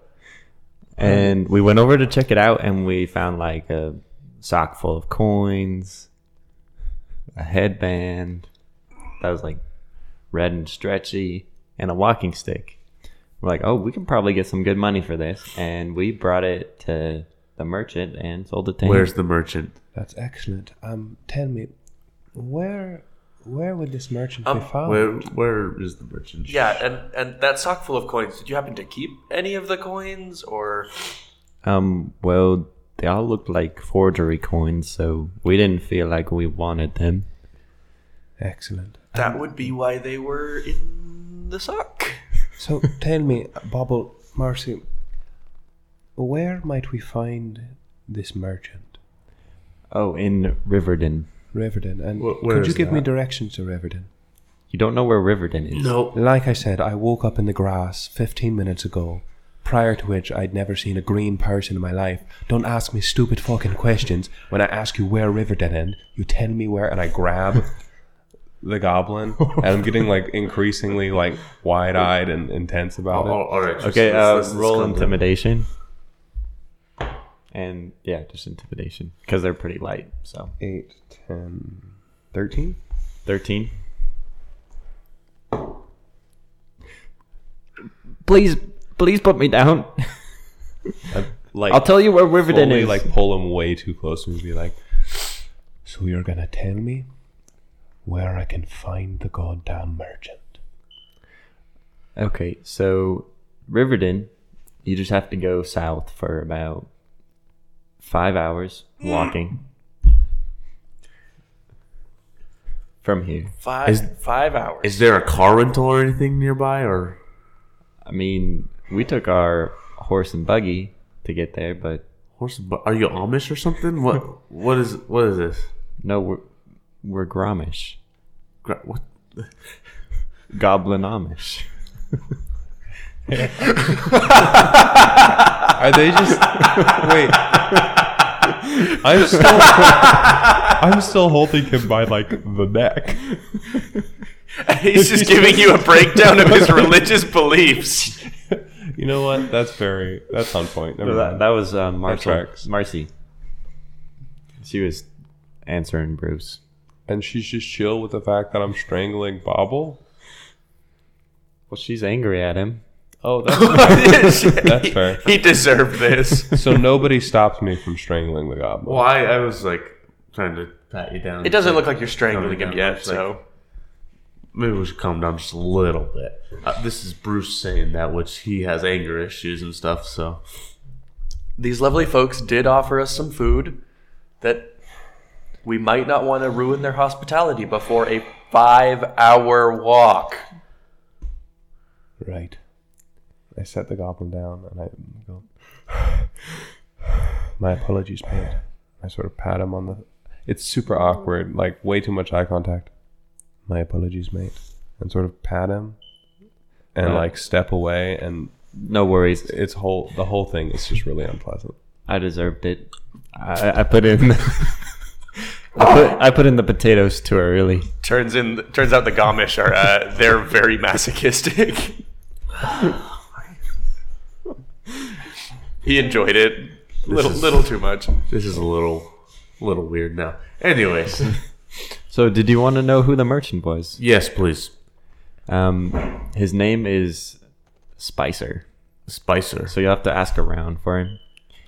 And we went over to check it out and we found like a sock full of coins, a headband that was like red and stretchy, and a walking stick. We're like, oh, we can probably get some good money for this. And we brought it to the merchant and sold it to him.
Where's the merchant?
That's excellent. Um, tell me, where where would this merchant
Um,
be found?
Where Where is the merchant?
Yeah, and and that sock full of coins. Did you happen to keep any of the coins, or
Um, well, they all looked like forgery coins, so we didn't feel like we wanted them.
Excellent.
that would be why they were in the sock?
So tell me, Bobble Marcy, where might we find this merchant,
Oh, in Riverden.
Riverden? And
Wh- where
could you
is
give me
that?
directions to Riverden?
You don't know where Riverden is.
No.
Like I said, I woke up in the grass 15 minutes ago, prior to which I'd never seen a green person in my life. Don't ask me stupid fucking questions. When I ask you where Riverden is, you tell me where, and I grab the goblin, and I'm getting like increasingly like wide eyed and intense about it.
all right.
Okay,
let's-
uh,
let's- let's
roll
calm down.
intimidation. And yeah, just intimidation because they're pretty light. So
8, 10, 13?
thirteen. Please, please put me down.
Like,
I'll tell you where Riverden
fully,
is.
like pull him way too close to me and be like, So you're gonna tell me where I can find the goddamn merchant?
Okay, so Riverden, you just have to go south for about five hours walking from here.
Five five hours.
Is there a car rental or anything nearby? Or
I mean, we took our horse and buggy to get there, but
horse? But are you Amish or something? What? What is? What is this?
no, we're we're Gromish,
Gra- What?
Goblin Amish.
Are they just wait? I'm still I'm still holding him by like the neck.
He's just giving you a breakdown of his religious beliefs.
You know what? That's very that's on point. Never
that,
mind.
that was uh, Marshall,
tracks.
Marcy. She was answering Bruce.
And she's just chill with the fact that I'm strangling Bobble.
Well, she's angry at him.
Oh, that's
That's
fair.
He deserved this.
so nobody stopped me from strangling the goblin.
Well, I, I was like trying to pat you down.
It doesn't look like you're strangling
Coming
him
down,
yet,
it's like-
so
Maybe we should calm down just a little bit. Uh, this is Bruce saying that, which he has anger issues and stuff. So
these lovely folks did offer us some food that we might not want to ruin their hospitality before a five-hour walk.
Right. I set the goblin down and I go, My apologies, mate. I sort of pat him on the. It's super awkward, like way too much eye contact. My apologies, mate. And sort of pat him and
Right.
like step away and
No worries.
it's whole the whole thing is just really unpleasant
I deserved it. I, I put in. I put I put in the potatoes too early.
Turns in. Turns out the Gamish are uh, they're very masochistic. he enjoyed it. Little,
is-
little too much.
this is a little, little weird now. Anyways,
So, did you want to know who the merchant was?
yes, please,
Um, his name is Spicer.
Spicer.
So you'll have to ask around for him.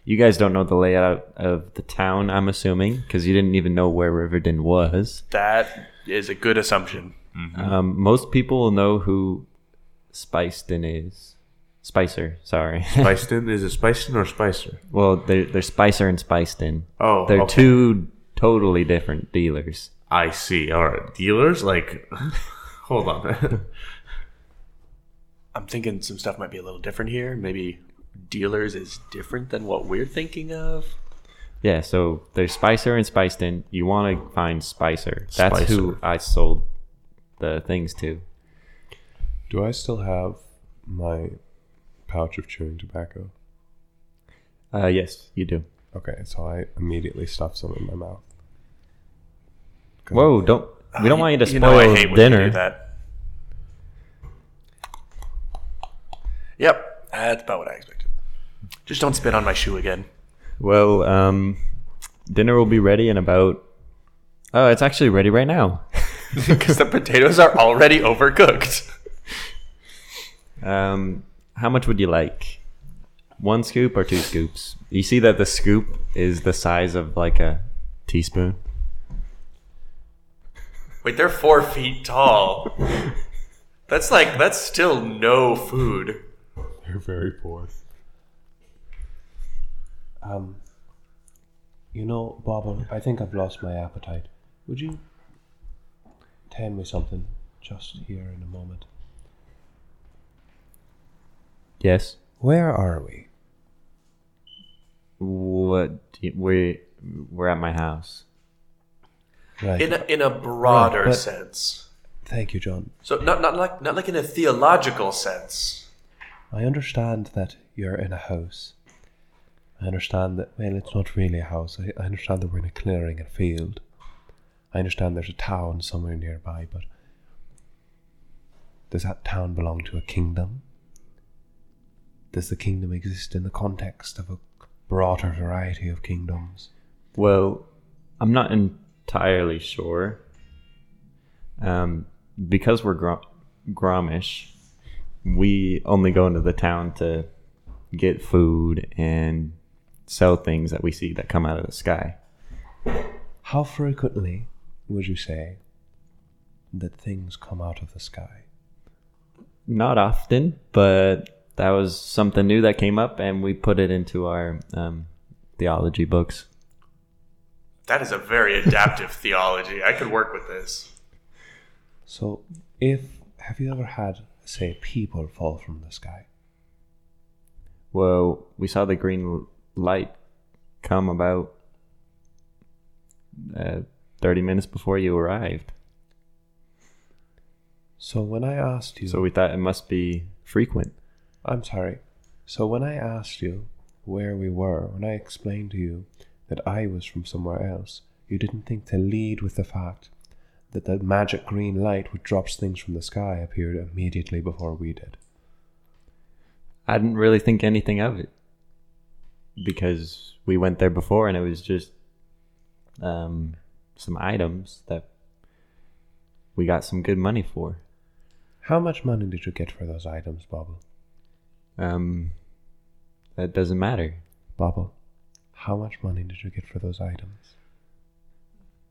You guys don't know the layout of the town, I'm assuming, because you didn't even know where Riverden was.
That is a good assumption.
Um, most people will know who Spiceden is. Spicer, sorry.
Spiceden is it Spiceden or Spicer?
well, they're, they're Spicer and Spiceden.
Oh,
They're
okay.
two totally different dealers.
I see. All right, dealers. Like, hold on.
I'm thinking some stuff might be a little different here. Maybe dealers is different than what we're thinking of?
Yeah, so there's Spicer and Spiced-In. You want to find Spicer. That's who
Spicer.
I sold the things to.
Do I still have my pouch of chewing tobacco?
Uh, yes, you do.
Okay, so I immediately stuff some in my mouth.
Whoa, don't we don't want you to
You know,
spoil
I hate when
dinner.
you do that. Yep, that's about what I expected. Just don't spit on my shoe again.
Well, um, dinner will be ready in about. Oh, it's actually ready right now.
Because the potatoes are already overcooked.
Um, how much would you like? One scoop or two scoops? You see that the scoop is the size of like a teaspoon.
Wait, they're four feet tall. That's like, that's still no food.
They're very poor. Um,
You know, Barbara, I think I've lost my appetite. Would you tell me something just here in a moment?
Yes.
Where are we?
What? do you- We we're at my house.
Right.
In a, in a broader
Right, but-
sense.
Thank you, John.
So not, not like not like in a theological sense.
I understand that you're in a house. I understand that, well, it's not really a house. I, I understand that we're in a clearing and field. I understand there's a town somewhere nearby, but does that town belong to a kingdom? Does the kingdom exist in the context of a broader variety of kingdoms?
Well, I'm not entirely sure. Um, because we're Grom- Gromish, we only go into the town to get food and sell things that we see that come out of the sky.
How frequently would you say that things come out of the sky?
Not often, but that was something new that came up, and we put it into our um, theology books.
That is a very adaptive theology. I could work with this.
So, if have you ever had, say, people fall from the sky?
Well, we saw the green l- light come about uh, 30 minutes before you arrived.
So when I asked you,
So we thought it must be frequent.
I'm sorry. So when I asked you where we were, when I explained to you that I was from somewhere else, you didn't think to lead with the fact that the magic green light which drops things from the sky appeared immediately before we did.
I didn't really think anything of it because we went there before and it was just um, some items that we got some good money for.
How much money did you get for those items, Bobble?
Um, that doesn't matter.
Bobble, how much money did you get for those items?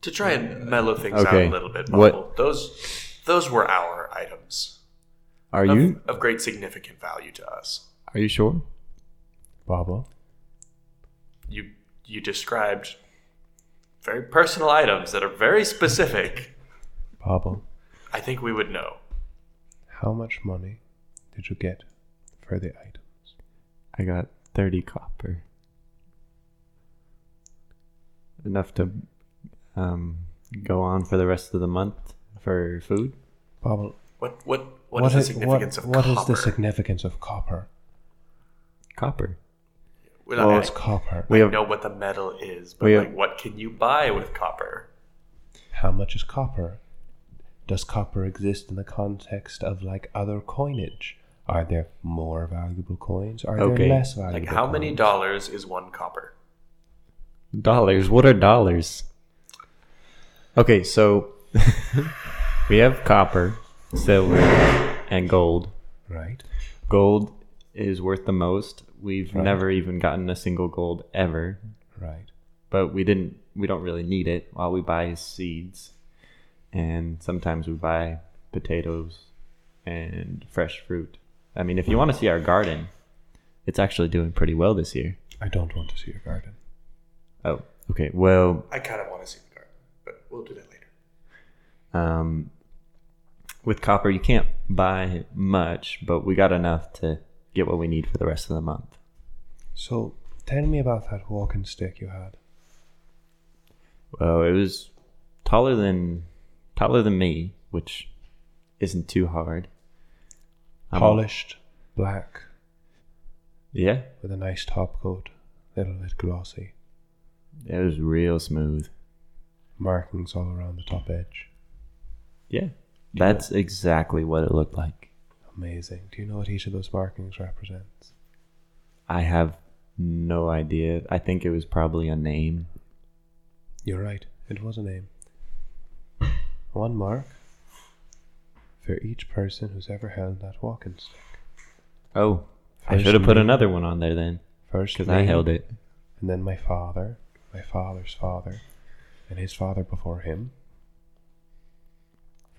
To try and mellow things out
okay.
a little bit,
What-
Bumble, those those were our items
Are
of,
you
of great significant value to us.
are you sure?
Bobble,
You you described very personal items that are very specific.
Bobble,
I think we would know.
how much money did you get for the item?
I got 30 copper. Enough to um, go on for the rest of the month for food.
Bobble,
What what what is the significance
what,
of
what
copper?
is the significance of copper?
Copper.
We're
Well,
not adding-
Oh, It's copper.
We
I
have
know what the metal is, but
we have-
like, what can you buy with copper?
How much is copper? Does copper exist in the context of like other coinage? Are there more valuable coins? Are
Okay.
there less valuable?
Like, how many
coins?
dollars is one copper?
dollars. What are dollars? Okay, so we have copper, silver, and gold.
Right.
Gold is worth the most. We've never even gotten a single gold ever,
Right.
but we didn't. We don't really need it. All we buy is seeds, and sometimes we buy potatoes and fresh fruit. I mean, if you want to see our garden, it's actually doing pretty well this year.
I don't want to see your garden.
Oh, okay. Well,
I kind of want to see the garden, but we'll do that later.
Um, with copper, you can't buy much, but we got enough to get what we need for the rest of the month.
So tell me about that walking stick you had.
Well, it was taller than taller than me, which isn't too hard. I'm-
Polished, black,
Yeah,
with a nice top coat, little bit glossy.
it was real smooth.
Markings all around the top edge.
Yeah, that's exactly what it looked like.
Amazing. Do you know what each of those markings represents?
I have no idea. I think it was probably a name.
You're right. It was a name. One mark for each person who's ever held that walking stick.
Oh, I
First
should have put
name.
another one on there then,
First,
because I
me,
held it.
and then my father, my father's father, and his father before him.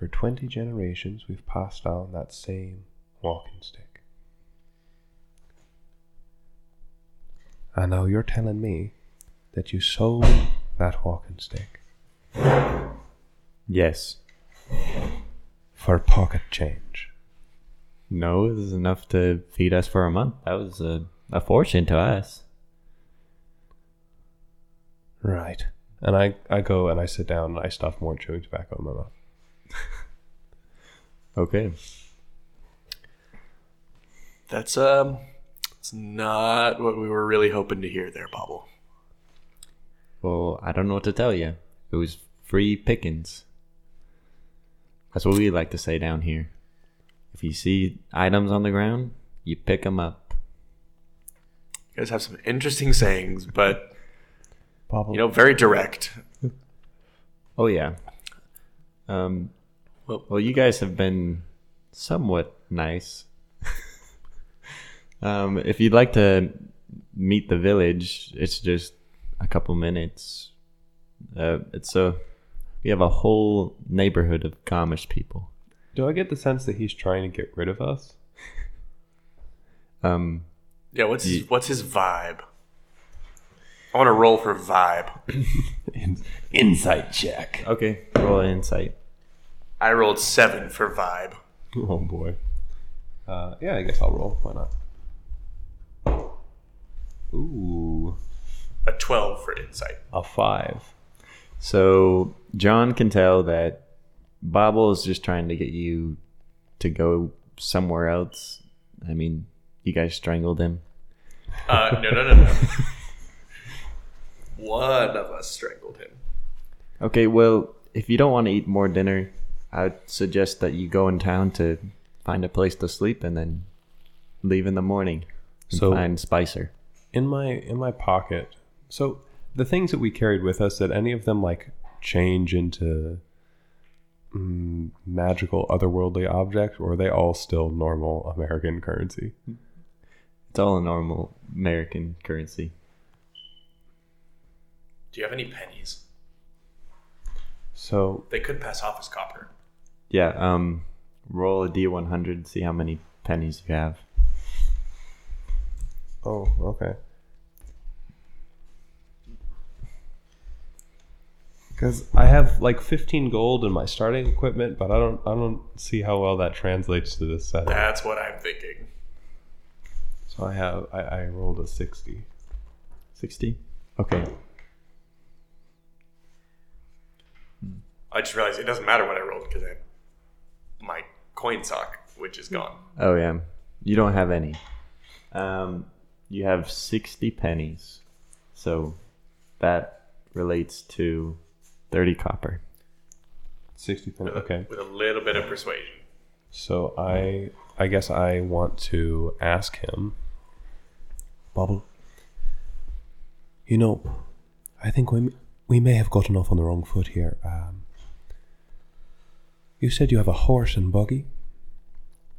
For 20 generations, we've passed down that same walking stick. And now you're telling me that you sold that walking stick
Yes.
for pocket change.
No, it was enough to feed us for a month. That was a, a fortune to us.
Right.
And I, I go and I sit down and I stuff more chewing tobacco in my mouth.
Okay.
That's um, it's not what we were really hoping to hear there, Bobble.
Well, I don't know what to tell you. It was free pickings. That's what we like to say down here. If you see items on the ground, you pick 'em up.
You guys have some interesting sayings, but
Bobble,
you know, very direct.
Oh yeah. Um.
Well-
Well, you guys have been somewhat nice. um, if you'd like to meet the village, it's just a couple minutes. Uh, it's a we have a whole neighborhood of Amish people.
Do I get the sense that he's trying to get rid of us?
Um,
Yeah, what's his, what's his vibe? I want to roll for vibe.
Insight check.
okay, roll an insight.
I rolled seven for vibe.
Oh boy. Uh, yeah, I guess I'll roll. Why not? Ooh,
A twelve for insight.
a five.
So John can tell that Bobble is just trying to get you to go somewhere else. I mean, you guys strangled him.
Uh, no, no, no, no. One of us strangled him.
Okay, well, if you don't want to eat more dinner, I'd suggest that you go in town to find a place to sleep and then leave in the morning and
So-
find Spicer.
in my in my pocket. So the things that we carried with us, did any of them like change into mm, magical, otherworldly objects, or are they all still normal American currency?
It's all a normal American currency.
Do you have any pennies?
so
They could pass off as copper.
Yeah, um roll a D100, see how many pennies you have.
Oh, okay. Because I have like 15 gold in my starting equipment, but I don't I don't see how well that translates to this setting.
That's what I'm thinking.
So I have I, I rolled a 60.
60? Okay.
I just realized it doesn't matter what I rolled because I have my coin sock, which is gone.
Oh yeah. You don't have any. Um you have 60 pennies. So that relates to 30 copper.
60. pen- Okay.
With a little bit of persuasion.
So I I guess I want to ask him.
Bobble. You know, I think we m- we may have gotten off on the wrong foot here. Um, you said you have a horse and buggy.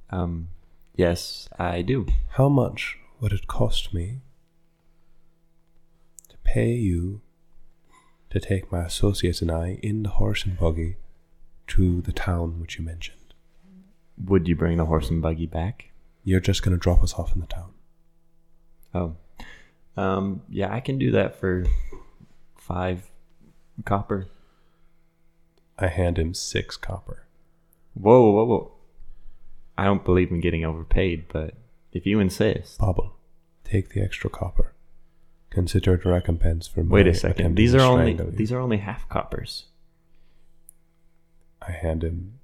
Um, yes, I do.
How much would it cost me to pay you to take my associates and I in the horse and buggy to the town which you mentioned?
Would you bring the horse and buggy back?
You're just going to drop us off in the town.
Oh, um, yeah, I can do that for five copper.
I hand him six copper.
Whoa, whoa, whoa! I don't believe in getting overpaid, but if you insist,
Bobble,
take the extra copper. Considered recompense for
Wait
my
a second.
attempting
These
to
are only
strangle you.
these are only half coppers.
I hand him.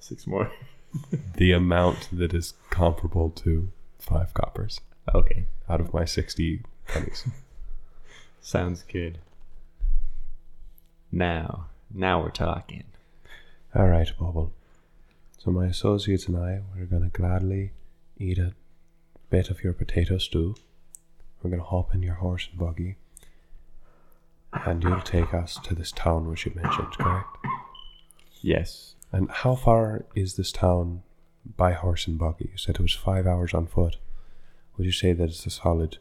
Six more.
The amount that is comparable to five coppers
Okay.
out of my 60 pennies.
Sounds good. Now, now we're talking.
All right, Bobble. So my associates and I, we're gonna gladly eat a bit of your potato stew. We're gonna hop in your horse and buggy, and you'll take us to this town which you mentioned, correct?
Yes.
And how far is this town by horse and buggy? You said it was five hours on foot. Would you say that it's a solid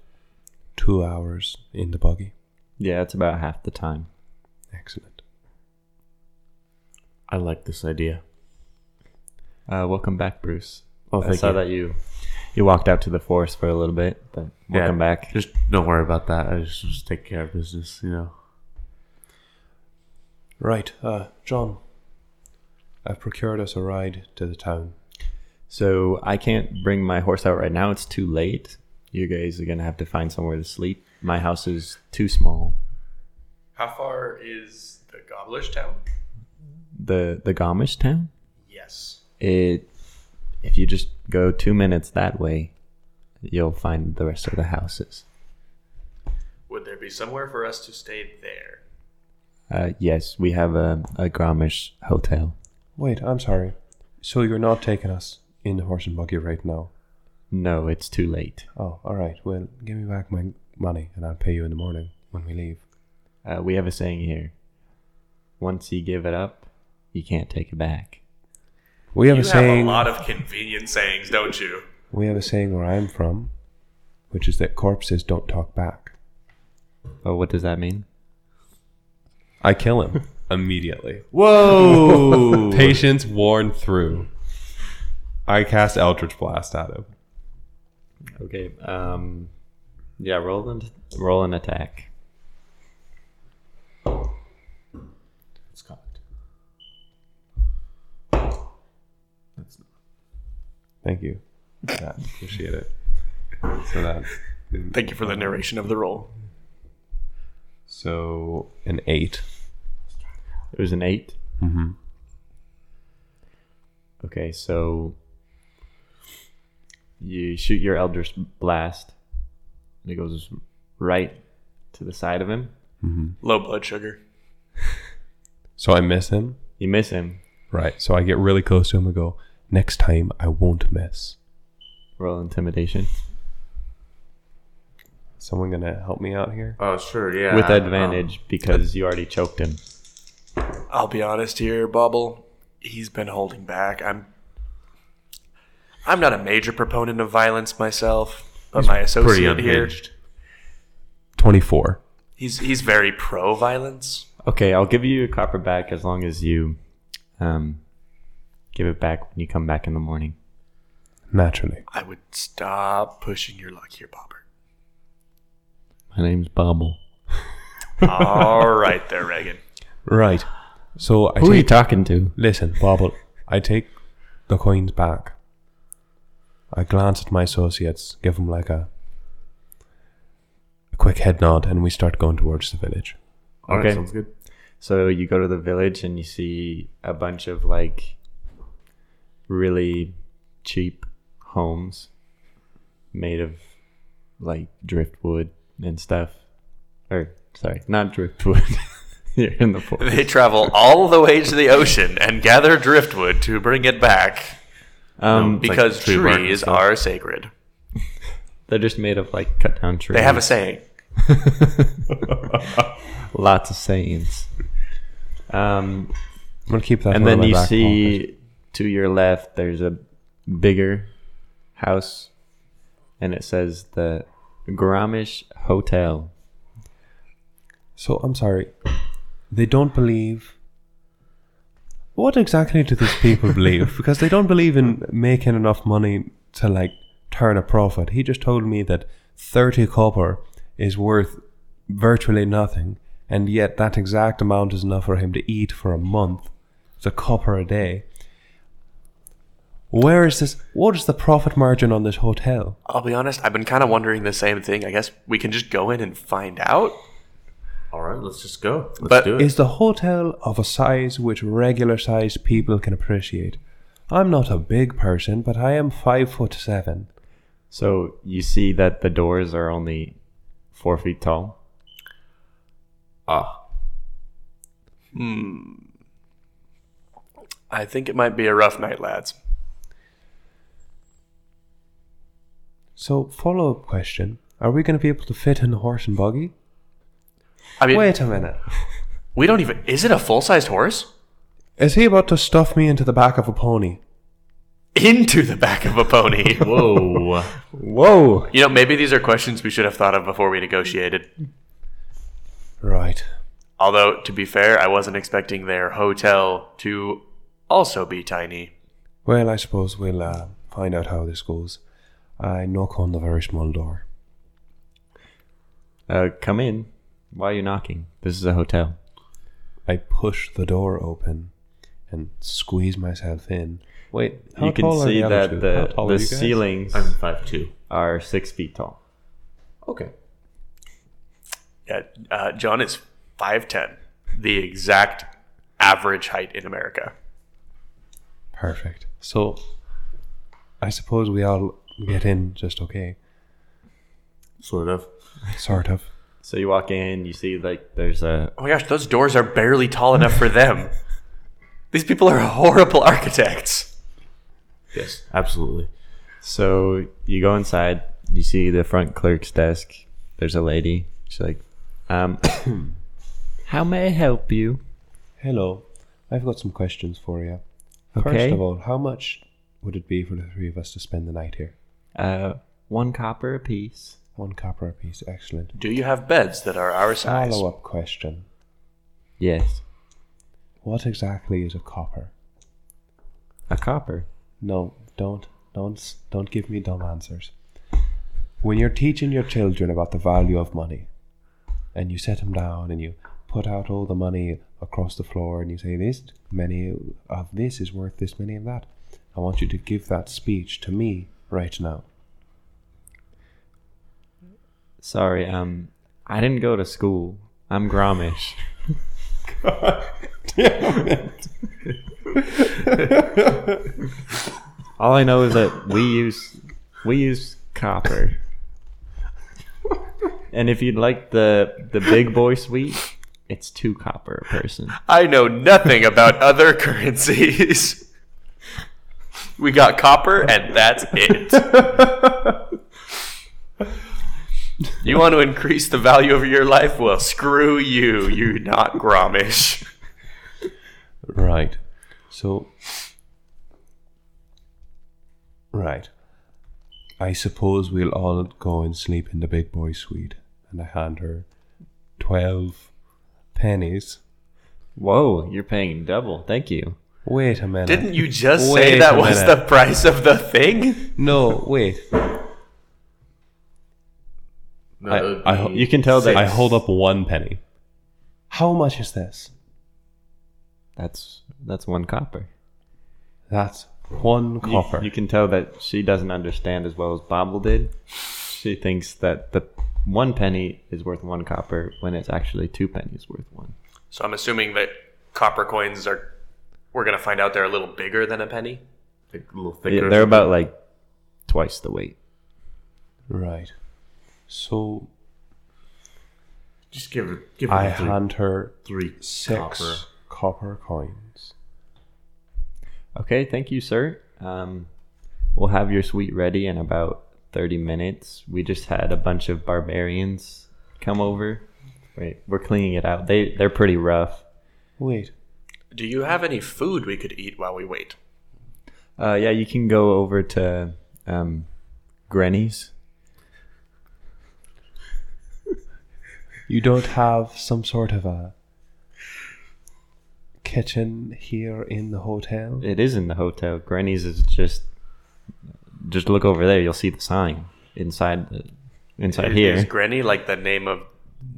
two hours in the buggy?
Yeah, it's about half the time.
Excellent.
I like this idea.
Uh, welcome back, Bruce.
Oh,
I
thank
saw
you.
that you you walked out to the forest for a little bit, but
Yeah,
welcome back.
Just don't worry about that. I just, just take care of business, you know.
Right, uh, John. I've procured us a ride to the town.
So I can't bring my horse out right now. It's too late. You guys are gonna have to find somewhere to sleep. My house is too small.
How far is the Gobbler's Town?
The the Gomish town.
Yes.
It if you just go two minutes that way, you'll find the rest of the houses.
Would there be somewhere for us to stay there?
Uh, yes, we have a, a Gromish hotel.
Wait, I'm sorry. So you're not taking us in the horse and buggy right now?
No, it's too late.
Oh, all right. Well, give me back my money, and I'll pay you in the morning when we leave.
Uh, we have a saying here once you give it up, you can't take it back.
We have
You
a
have a
saying.
lot of convenient sayings, don't you?
we have a saying where I'm from, which is that corpses don't talk back.
Oh, what does that mean?
I kill him immediately.
Oh.
Whoa!
Patience worn through. I cast Eldritch Blast at him.
Okay. Um, yeah, roll an, roll an attack.
it's cocked. That's not.
Thank you.
Yeah, appreciate it. So that's
Thank you for the narration of the role.
so an eight.
It was an 8. Mm-hmm. Okay, so you shoot your Elder's Blast, and it goes right to the side of him.
Low blood sugar.
So I miss him.
You miss him.
Right. So I get really close to him and go,
Next time, I won't miss.
Roll intimidation.
someone gonna help me out here?
Oh, sure, yeah.
with
um,
advantage because you already choked him.
I'll be honest here, Bubble. He's been holding back. I'm I'm not a major proponent of violence myself, but my
pretty
associate here,
unhinged.
Twenty-four.
he's he's very pro violence.
Okay, I'll give you your copper back as long as you um, give it back when you come back in the morning.
Naturally.
I would stop pushing your luck here, Bobber.
My name's Bobble.
All right there, Reagan.
Right. So I
Who are you
take,
talking to?
listen, Bobble. I take the coins back. I glance at my associates, give them like a, a quick head nod, and we start going towards the village.
All right,
Okay.
sounds good.
So you go to the village and you see a bunch of like really cheap homes made of like driftwood and stuff. Or sorry, not driftwood. You're in the forest.
They travel all the way to the ocean and gather driftwood to bring it back
Um,
It's like
because
tree bark and
trees
stuff.
are sacred.
they're just made of like cut down trees.
They have a saying.
lots of sayings. Um,
I'm gonna keep that.
and
one
then
in my
you
back
see
pocket.
to your left, there's a bigger house, and it says the Gromish Hotel.
So I'm sorry. They don't believe. What exactly do these people believe? Because they don't believe in making enough money to like turn a profit. He just told me that 30 copper is worth virtually nothing, and yet that exact amount is enough for him to eat for a month. It's a copper a day. Where is this? What is the profit margin on this hotel?
I'll be honest, I've been kind of wondering the same thing. I guess we can just go in and find out.
All right, let's just go. Let's
But
do it.
Is the hotel of a size which regular sized people can appreciate? I'm not a big person, but I am five foot seven.
So you see that the doors are only four feet tall.
ah,
I think it might be a rough night, lads.
So, follow up question Are we going to be able to fit in a horse and buggy?
I mean,
Wait a minute.
we don't even. Is it a full sized horse?
Is he about to stuff me into the back of a pony?
Into the back of a pony.
whoa.
Whoa!
you know, maybe these are questions we should have thought of before we negotiated.
Right.
Although, to be fair, I wasn't expecting their hotel to also be tiny.
Well, I suppose we'll uh, find out how this goes. I knock on the very small door.
Uh, come in. Why are you knocking? This is a hotel.
I push the door open and squeeze myself in. Wait, how
you can
tall are
see
the other two?
that
How
the
tall are
the
you guys?
ceilings
I'm five two.
are six feet tall.
Okay.
Yeah, uh, John is 5'10, the exact average height in America.
Perfect. So, I suppose we all get in just okay,
Sort of.
sort of.
So you walk in, you see like there's a
Oh my gosh, those doors are barely tall enough for them. These people are horrible architects.
Yes, absolutely.
so you go inside, you see the front clerk's desk. There's a lady. She's like, um, how may I help you?
Hello, I've got some questions for you.
Okay.
First of all, how much would it be for the three of us to spend the night here?
Uh, one copper apiece.
One copper apiece. Excellent.
Do you have beds that are our size?
Follow up question.
Yes,
What exactly is a copper?
a copper.
No, don't, don't, s- don't give me dumb answers. When you're teaching your children about the value of money, and you set them down and you put out all the money across the floor and you say this many of this is worth this many of that, I want you to give that speech to me right now.
Sorry, um, I didn't go to school. I'm Gromish. All I know is that we use we use copper. And if you'd like the the big boy suite, it's two copper a person.
I know nothing about other currencies. We got copper, and that's it. you want to increase the value of your life? Well, screw you. You're not Gromish.
Right. So. Right. I suppose we'll all go and sleep in the big boy suite. And I hand her 12 pennies.
Whoa, you're paying double. Thank you.
Wait a minute.
Didn't you just
Wait
say
a
that was
minute.
the price of the thing?
No, wait.
No,
I-
uh,
that would
I
be
ho-
You can tell that
I hold up one penny.
How much is this?
that's that's one copper.
That's one
You-
copper.
You, can tell that she doesn't understand as well as Bobble did. She thinks that the one penny is worth one copper when it's actually two pennies worth one.
So I'm assuming that copper coins are. We're gonna find out they're a little bigger than a penny.
like a little
Yeah,
thicker.
they're about like twice the weight.
right. So
just give her give her
I
the three,
hand her
three
six
copper.
copper, coins.
Okay, thank you, sir. Um, we'll have your suite ready in about 30 minutes. We just had a bunch of barbarians come over. Wait, we're cleaning it out. They they're pretty rough.
Wait.
Do you have any food we could eat while we wait?
Uh, yeah, you can go over to um, Granny's.
You don't have some sort of a kitchen here in the hotel?
It is in the hotel. Granny's is just just look over there. You'll see the sign inside the inside
Is-
here.
Is Granny like the name of?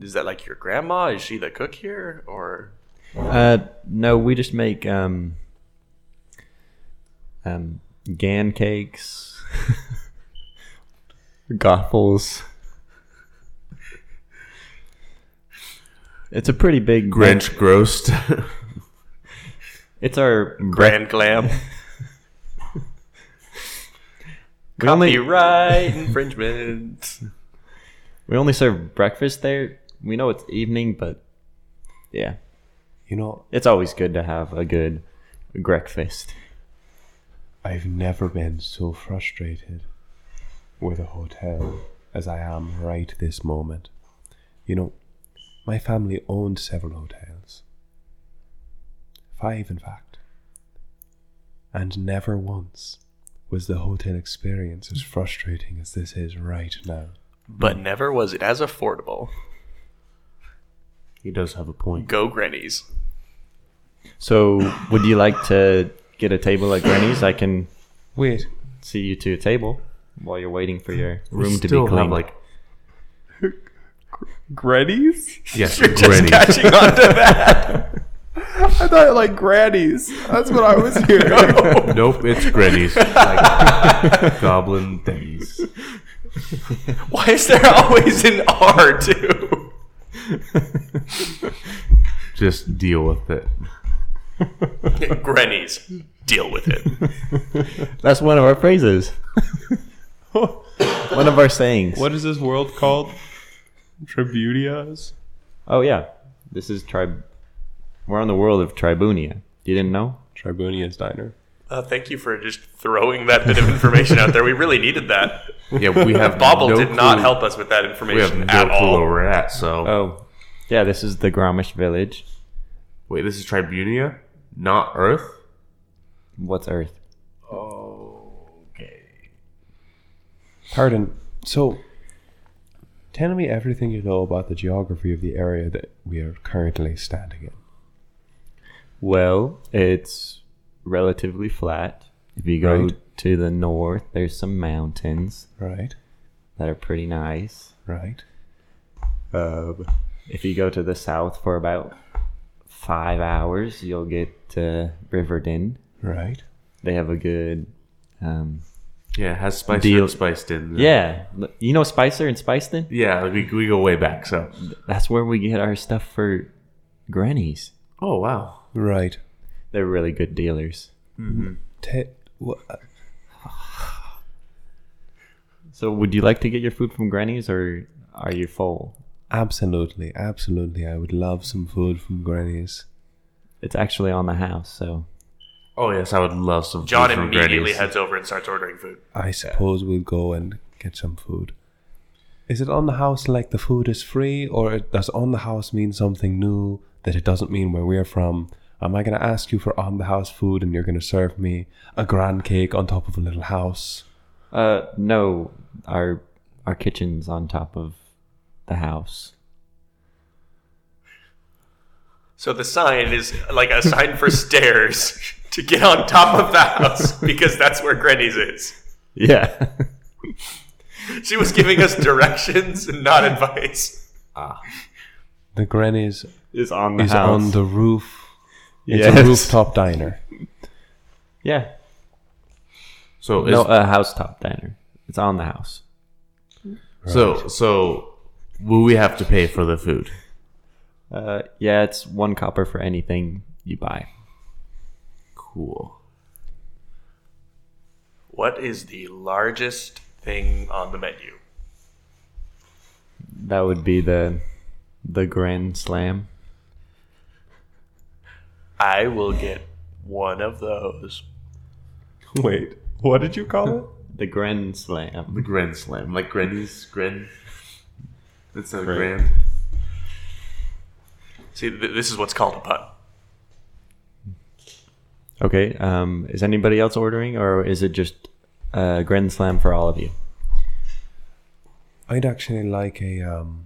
Is that like your grandma? Is she the cook here, or
Uh, no, we just make um um gan cakes, goffles. It's a pretty big
Grinch grossed.
It's our bref-
Grand Glam.
we only-
Copyright infringement.
We only serve breakfast there. We know it's evening, but yeah,
You know,
it's always good to have a good breakfast.
I've never been so frustrated with a hotel as I am right this moment. You know, my family owned several hotels. Five, in fact. And never once was the hotel experience as frustrating as this is right now.
But never was it as affordable.
he does have a point.
Go Grannies.
So, would you like to get a table at Granny's? I can
Wait,
see you to a table while you're waiting for your
We
room to be
still have,
cleaned.
like
Grannies?
yes,
Just
Granny.
catching on to that.
I thought like grannies. That's what I was hearing.
nope, it's Granny's. Like, goblin things.
Why is there always an R too?
Just deal with it.
Grannies. Deal with it.
That's one of our phrases. one of our sayings.
What is this world called? Tributias?
Oh yeah, this is trib. We're on the world of Tribunia. You didn't know?
Tribunia's Diner.
Uh, thank you for just throwing that bit of information out there. We really needed that.
Yeah, we have
Bobble
no
did not
clue-
help us with that
We have
information
no
at
clue where
all.
we're at. So
Oh, yeah. This is the Gromish village.
wait, this is Tribunia, not Earth.
What's Earth?
pardon. So, tell me everything you know about the geography of the area that we are currently standing in.
Well, it's relatively flat. If you go
Right.
to the north, there's some mountains
Right,
that are pretty nice.
right.
Um, if you go to the south for about five hours, you'll get to Riverdin.
Right.
They have a good. Um,
Yeah, it has spiced
Deal-
and spiced in.
yeah, you know Spicer and Spicedin?
yeah, we, we go way back. So
That's where we get our stuff for grannies.
oh wow,
Right.
They're really good dealers.
Te- wha- uh,
So, would you like to get your food from grannies or are you full?
absolutely, absolutely. I would love some food from Granny's.
It's actually on the house, so
oh yes, I would love some.
John
food from
immediately
Granny's.
heads over and starts ordering food.
I suppose we'll go and get some food. Is it on the house like the food is free, or it- does on the house mean something new that it doesn't mean where we're from? Am I going to ask you for on the house food and you're going to serve me a grand cake on top of a little house?
Uh, no, our our kitchen's on top of the house.
So the sign is like a sign for stairs to get on top of the house because that's where Granny's is.
Yeah.
She was giving us directions and not advice.
The Granny's
it's on
is on the roof. It's
Yes.
a rooftop diner.
yeah.
So
No,
is-
a uh, housetop diner. It's on the house.
so so will we have to pay for the food?
Uh, yeah, it's one copper for anything you buy.
Cool.
What is the largest thing on the menu?
That would be the the grand slam.
I will get one of those.
Wait, what did you call it?
The grand slam.
The Grand Slam, like Granny's Grand. That's not
Grand.
grand.
See, th- this is what's called a pun.
Okay. Um, is anybody else ordering, or is it just uh, grand slam for all of you?
I'd actually like a um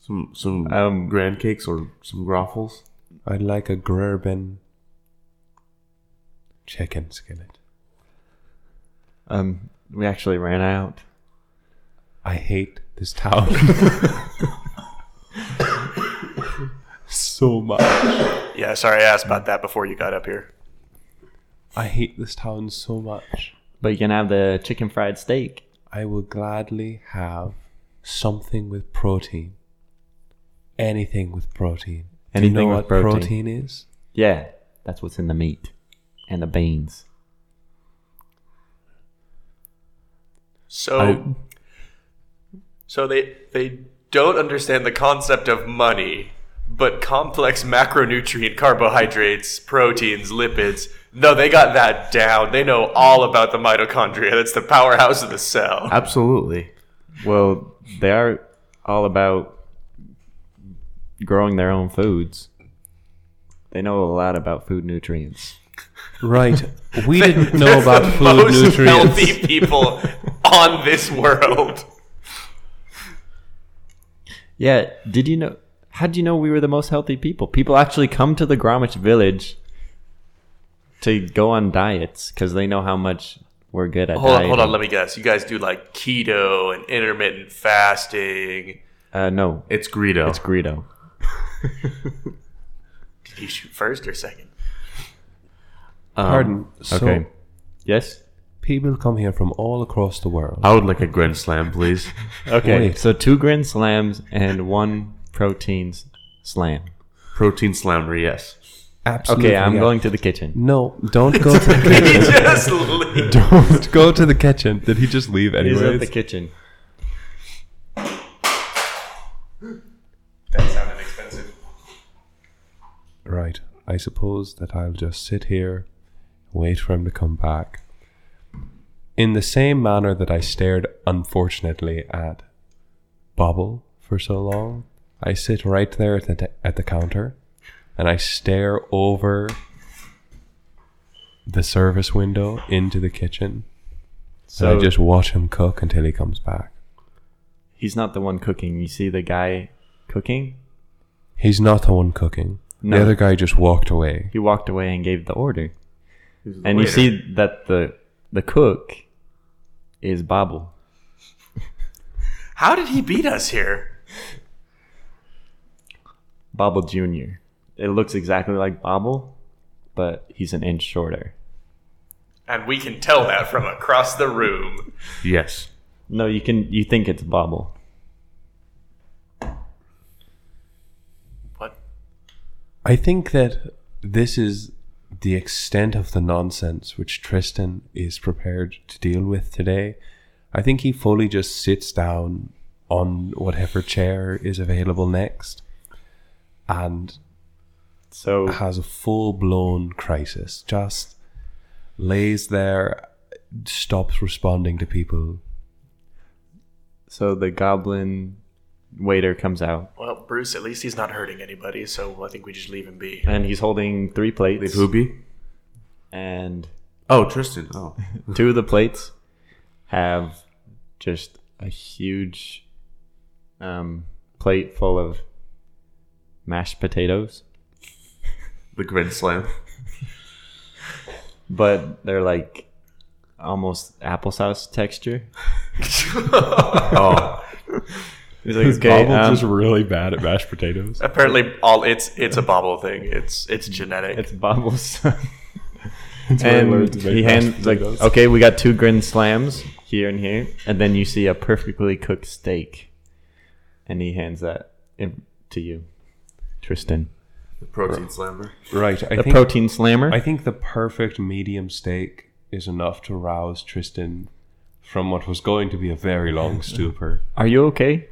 Some some
Um,
grand cakes or some groffles.
I'd like a Gerben chicken skillet.
Um, we actually ran out.
I hate this town.
so much.
Yeah, sorry I asked about that before you got up here.
I hate this town so much.
But you can have the chicken fried steak.
I will gladly have something with protein. Anything with protein.
Anything
Do you know
with
what
protein.
is?
Yeah, that's what's in the meat and the beans.
So
I-
so they they don't understand the concept of money, but complex macronutrient carbohydrates, proteins, lipids. No, they got that down. They know all about the mitochondria. That's the powerhouse of the cell.
Absolutely.
Well, they are all about growing their own foods. They know a lot about food nutrients.
Right. We didn't know
They're
about
the
food
most
nutrients.
healthy people on this world.
Yeah, did you know? How did you know we were the most healthy people? People actually come to the Gromwich village to go on diets because they know how much we're good at.
Hold on,
dieting.
hold on. Let me guess. You guys do like keto and intermittent fasting.
Uh, no,
It's Greedo.
it's Greedo.
Did you shoot first or second?
Um,
Pardon. So
okay. Yes.
people come here from all across the world.
I would like a Grand Slam, please.
Okay.
Wait.
So two grand slams and one protein s- slam.
Protein Slammer, yes.
Absolutely.
Uh, Okay, I'm
yeah.
going to the kitchen.
No, don't go to the kitchen.
He just leaves.
Don't go to the kitchen. Did he just leave
He's at the
anyways?
kitchen.
That sounded expensive.
Right. I suppose that I'll just sit here, wait for him to come back. In the same manner that I stared, unfortunately, at Bobble for so long, I sit right there at the, at the counter and I stare over the service window into the kitchen. and
So
I just watch him cook until he comes back.
he's not the one cooking. You see the guy cooking.
He's not the one cooking.
No.
The other guy just walked away.
He walked away and gave the order. And you see that the the cook is Bobble.
How did he beat us here?
Bobble Jr. It looks exactly like Bobble, but he's an inch shorter.
And we can tell that from across the room.
Yes.
No, you can you think it's Bobble.
What?
I think that this is the extent of the nonsense which Tristan is prepared to deal with today. I think he fully just sits down on whatever chair is available next and
So
has a full blown crisis. Just lays there, stops responding to people.
so the goblin waiter comes out
Well, Bruce, at least he's not hurting anybody, so I think we just leave him be.
and he's holding three plates
Hooby?
and
Oh, Tristan. Oh.
two of the plates have just a huge um, plate full of mashed potatoes
The Grand Slam.
but they're like almost applesauce texture
Oh.
he's like
Is
okay
Bobble
um,
just really bad at mashed potatoes?
Apparently, all it's it's a bobble thing. It's it's genetic.
it's Bobble's son.
where I learned
and
to make
he
mashed
hands like
potatoes.
okay we got two grand slams here and here and then you see a perfectly cooked steak and he hands that in to you tristan
the Protein Slammer.
Right. I
the
think
protein slammer
I think the perfect medium steak is enough to rouse Tristan from what was going to be a very long stupor.
are you okay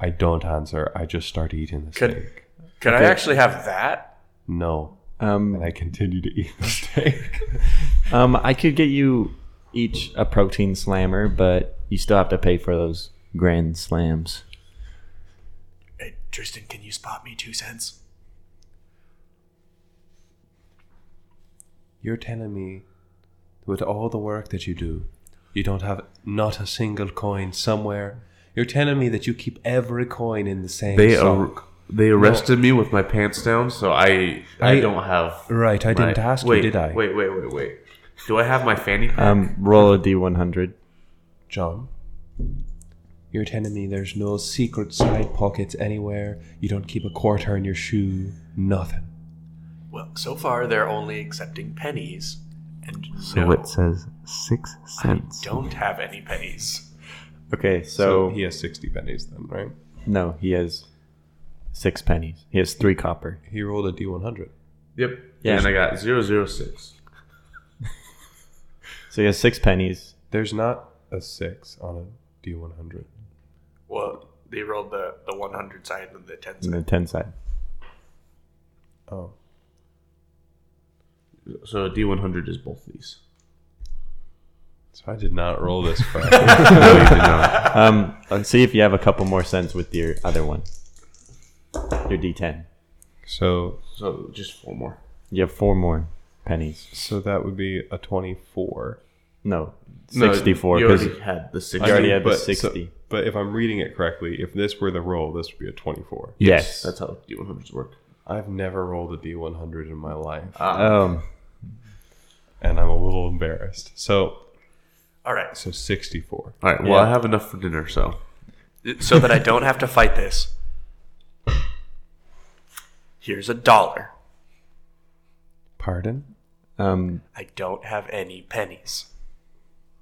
I don't answer. I just start eating the
Could-
steak.
Can I actually have that?
No.
um
And I continue to eat the steak.
Um, I could get you each a protein slammer, but you still have to pay for those grand slams.
Hey, Tristan, can you spot me two cents?
You're telling me with all the work that you do, you don't have not a single coin somewhere. You're telling me that you keep every coin in the same
They ar-
sock.
they arrested me with my pants down, so I I,
I-
don't have.
right, I
my-
didn't ask
wait,
you, did I?
Wait, wait, wait, wait. Do I have my fanny pack?
Um, roll a d100.
John, You're telling me there's no secret side pockets anywhere. You don't keep a quarter in your shoe. Nothing.
Well, so far they're only accepting pennies, and
So
no,
it says six cents.
don't have any pennies.
Okay,
So,
so,
Oh, he has 60 pennies then, right?
no, he has six pennies. He has three copper.
He rolled a D100.
Yep.
Yeah.
And I got 006.
So he has six pennies.
There's not a 6 on a D100.
Well, they rolled the the one hundred side and the ten
and
side.
the ten side.
Oh.
So a D100 is both these.
So I did not roll this correctly.
No, you did not.
Um, let's see if you have a couple more cents with your other one. Your D10.
so
So just four more.
You have four more pennies.
so that would be a 24.
No,
No,
sixty-four.
You
'cause
already had the 60.
You already had the
but so-
60.
but if I'm reading it correctly, if this were the roll, this would be a 24.
yes.
That's how D100s work.
I've never rolled a D100 in my life,
um,
and I'm a little embarrassed. So,
All right,
so 64.
All right. Well, I have enough for dinner, so.
so that I don't have to fight this. Here's a dollar.
Pardon?
um,
I don't have any pennies.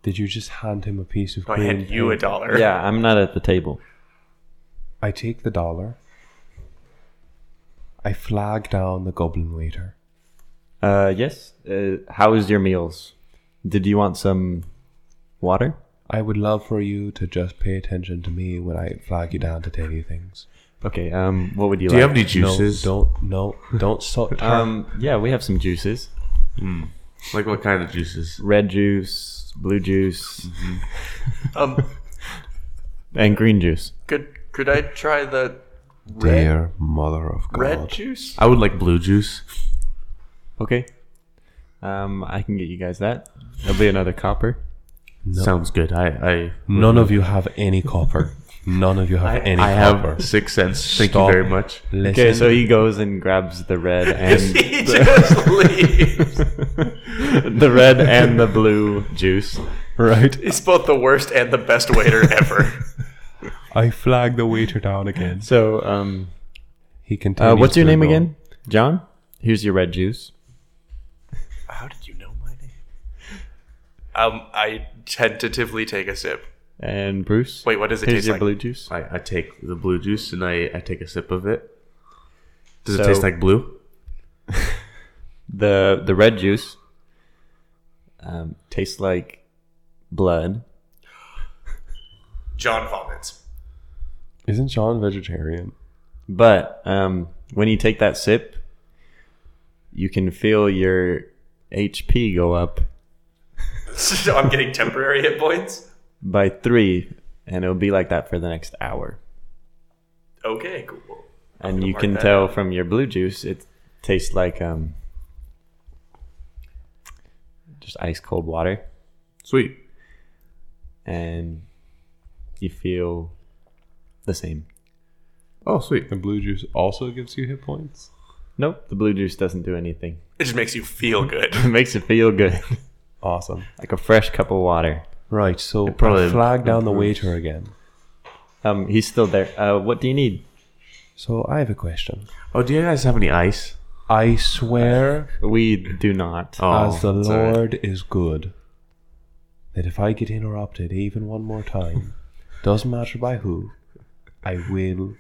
Did you just hand him a piece of
So I
green
hand you a
paper?
dollar.
yeah, I'm not at the table.
I take the dollar. I flag down the goblin waiter.
Uh, yes. Uh, how is your meals? Did you want some water?
I would love for you to just pay attention to me when I flag you down to tell you things.
Okay. Um, what would you
Do you
like?
have any juices?
No, don't, no, don't stop.
um, yeah, we have some juices.
Like what kind of juices?
Red juice, blue juice,
Mm-hmm.
Um,
and green juice.
could could I try the red,
Dear mother of God.
red juice?
I would like blue juice.
Okay. Um, I can get you guys that. That'll be another copper.
Sounds good. I I,
None of you have any copper. None of you have any
I
copper.
have six cents. Thank
Stop.
you very much.
Listen,
Okay, so he goes and grabs the red and
He just leaves.
the red and the blue juice.
right?
He's both the worst and the best waiter ever.
I flag the waiter down again.
So, um,
He
uh,
continues.
what's your
to
name
roll.
again? John. Here's your red juice.
How did you know my name? Um, I tentatively take a sip.
And Bruce.
Wait, what does it
Here's
taste
your
like?
blue juice.
I, I take the blue juice and I, I take a sip of it. Does
So-
it taste like blue?
The the red juice um, tastes like blood.
John vomits.
Isn't John vegetarian?
But um, when you take that sip, you can feel your HP go up
So I'm getting temporary hit points.
by three, and it'll be like that for the next hour.
Okay, cool.
And you
mark
can
that
tell from your blue juice, it tastes like um, just ice cold water,
Sweet.
and you feel the same.
Oh, sweet.
The blue juice also gives you hit points?
Nope, the blue juice doesn't do anything.
It just makes you feel good.
It makes it feel good,
Awesome.
like a fresh cup of water.
Right, so
probably
I flag down the waiter again.
Um, he's still there. Uh, what do you need?
So I have a question.
Oh, do you guys have any ice?
I swear,
We do not.
Oh,
as the
it's all right.
Lord is good, that if I get interrupted even one more time, doesn't matter by who, I will,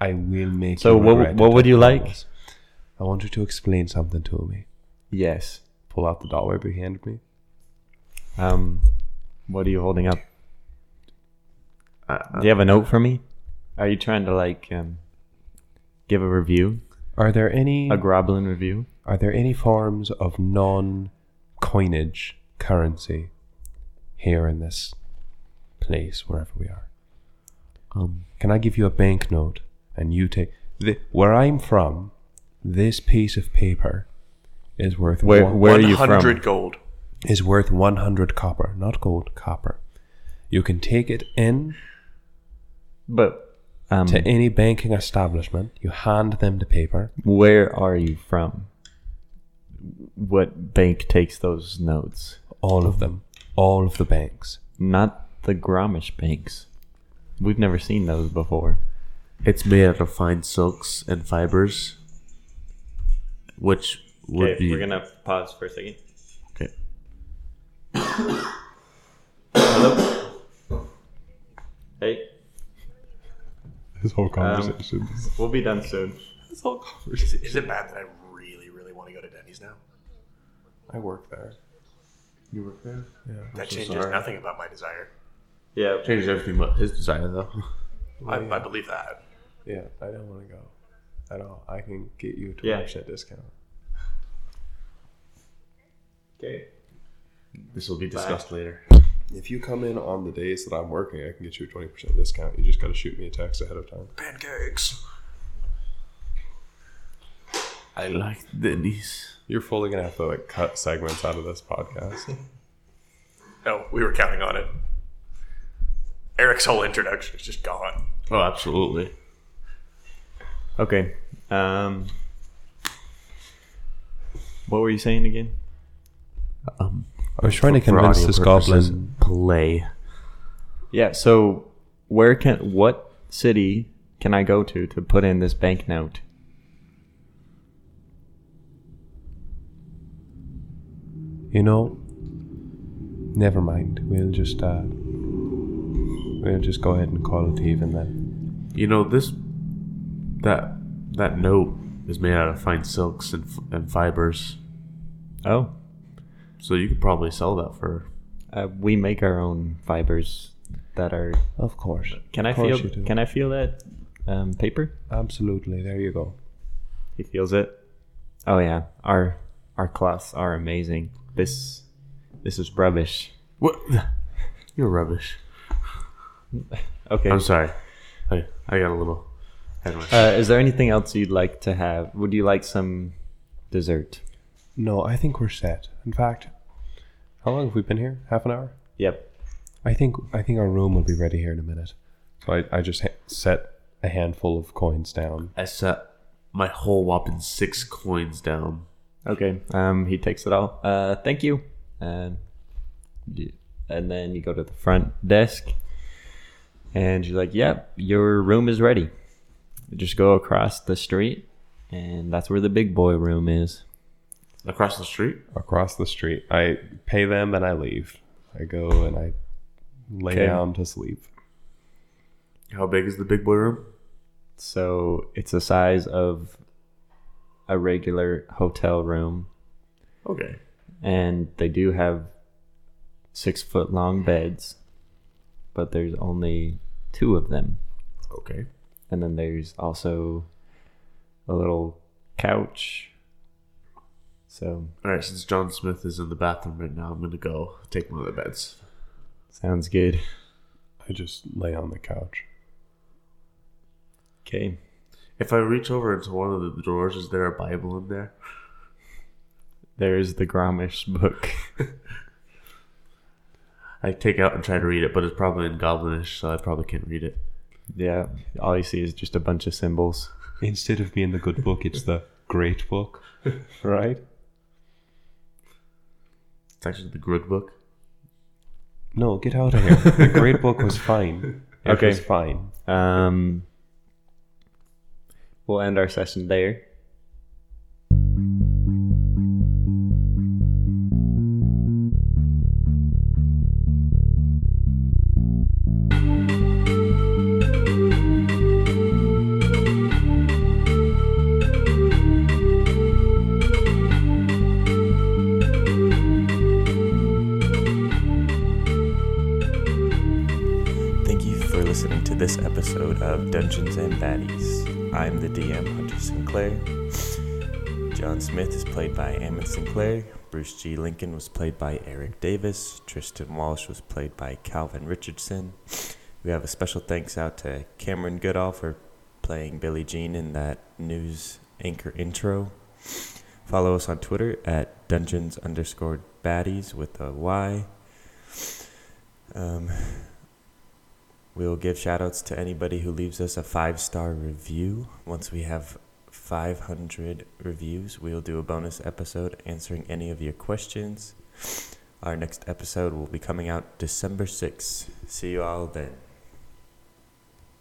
I will make.
So
you
what-
regret
what
it,
would
I
you like?
promise. I want you to explain something to me.
Yes.
Pull out the dollar he handed me.
Um, what are you holding up?
Uh,
Do you have a note for me? Are you trying to like um, give a review,
Are there any?
a groblin review?
Are there any forms of non-coinage currency here in this place, wherever we are?
Um,
Can I give you a banknote and you take the, where I'm from? This piece of paper is worth
Where
one,
Where are you from?
100 gold.
is worth 100 copper, not gold, copper. You can take it in
But um,
to any banking establishment. You hand them the paper.
where are you from? What bank takes those notes?
All of them. All of the banks.
Not the Gromish banks. We've never seen those before.
It's made out of fine silks and fibers, which would be
gonna pause for a second.
okay.
Hey,
This whole conversation. is-
we'll be done soon.
Is it, is it bad that I really, really want to go to Denny's now?
I work there.
You work there.
that changes nothing about my desire.
Yeah,
Changes everything but his desire, though.
I, I believe that.
Yeah, I don't want to go at all. I can get you a 20%
Yeah.
discount.
okay.
This will be discussed later.
If you come in on the days that I'm working, I can get you a 20% discount. You just got to shoot me a text ahead of time.
Pancakes.
I like Denny's.
You're fully going to have to like cut segments out of this podcast.
Oh, we were counting on it. Eric's whole introduction is just gone.
Oh, absolutely.
Okay. Um, what were you saying again?
Um,
I was trying to
for
convince
audio
this
purposes,
goblin.
play.
Yeah. So, where can what city can I go to to put in this banknote?
You know, never mind. We'll just uh, we'll just go ahead and call it even then.
You know this that that note is made out of fine silks and, f- and fibers,
Oh,
so you could probably sell that for.
uh, we make our own fibers that are.
Of course.
Can I
Of course
feel?
you do.
Can I feel that um, paper?
Absolutely. There you go.
He feels it. Oh yeah, our our cloths are amazing. This this is rubbish.
What? You're rubbish.
Okay.
I'm sorry. I I got a little. Anyway.
Uh, is there anything else you'd like to have? Would you like some dessert?
No, I think we're set. In fact, how long have we been here? Half an hour.
Yep.
I think I think our room will be ready here in a minute. So I, I just ha- set a handful of coins down.
I set my whole whopping six coins down.
Okay. Um, he takes it all. Uh, thank you. And y- and then you go to the front desk, and you're like, "Yep, your room is ready." You just go across the street, and that's where the big boy room is.
Across the street?
across the street. I pay them and I leave. I go and I lay
Okay.
down to sleep.
How big is the big boy room?
So it's the size of a regular hotel room,
Okay.
and they do have six foot long beds, but there's only two of them.
Okay.
And then there's also a little couch. So
All right, since John Smith is in the bathroom right now, I'm going to go take one of the beds.
sounds good.
I just lay on the couch.
Okay.
If I reach over into one of the drawers, is there a Bible in there?
There's the Gromish book.
I take out and try to read it, but it's probably in Goblinish, so I probably can't read it.
yeah. All you see is just a bunch of symbols.
Instead of being the good book, it's the great book, right?
It's actually the Grid book.
No, get out of here. The great book was fine. It
Okay.
was fine.
Um, we'll end our session there. Thank you for listening to this episode of Dungeons and Baddies. I'm the DM, Hunter Sinclair. John Smith is played by Ammon Sinclair. Bruce G. Lincoln was played by Eric Davis. Tristan Walsh was played by Calvin Richardson. We have a special thanks out to Cameron Goodall for playing Billie Jean in that news anchor intro. Follow us on Twitter at dungeons underscore baddies with a Y. Um, We'll give shout outs to anybody who leaves us a five star review. Once we have 500 reviews, we'll do a bonus episode answering any of your questions. Our next episode will be coming out December 6th. See you all then.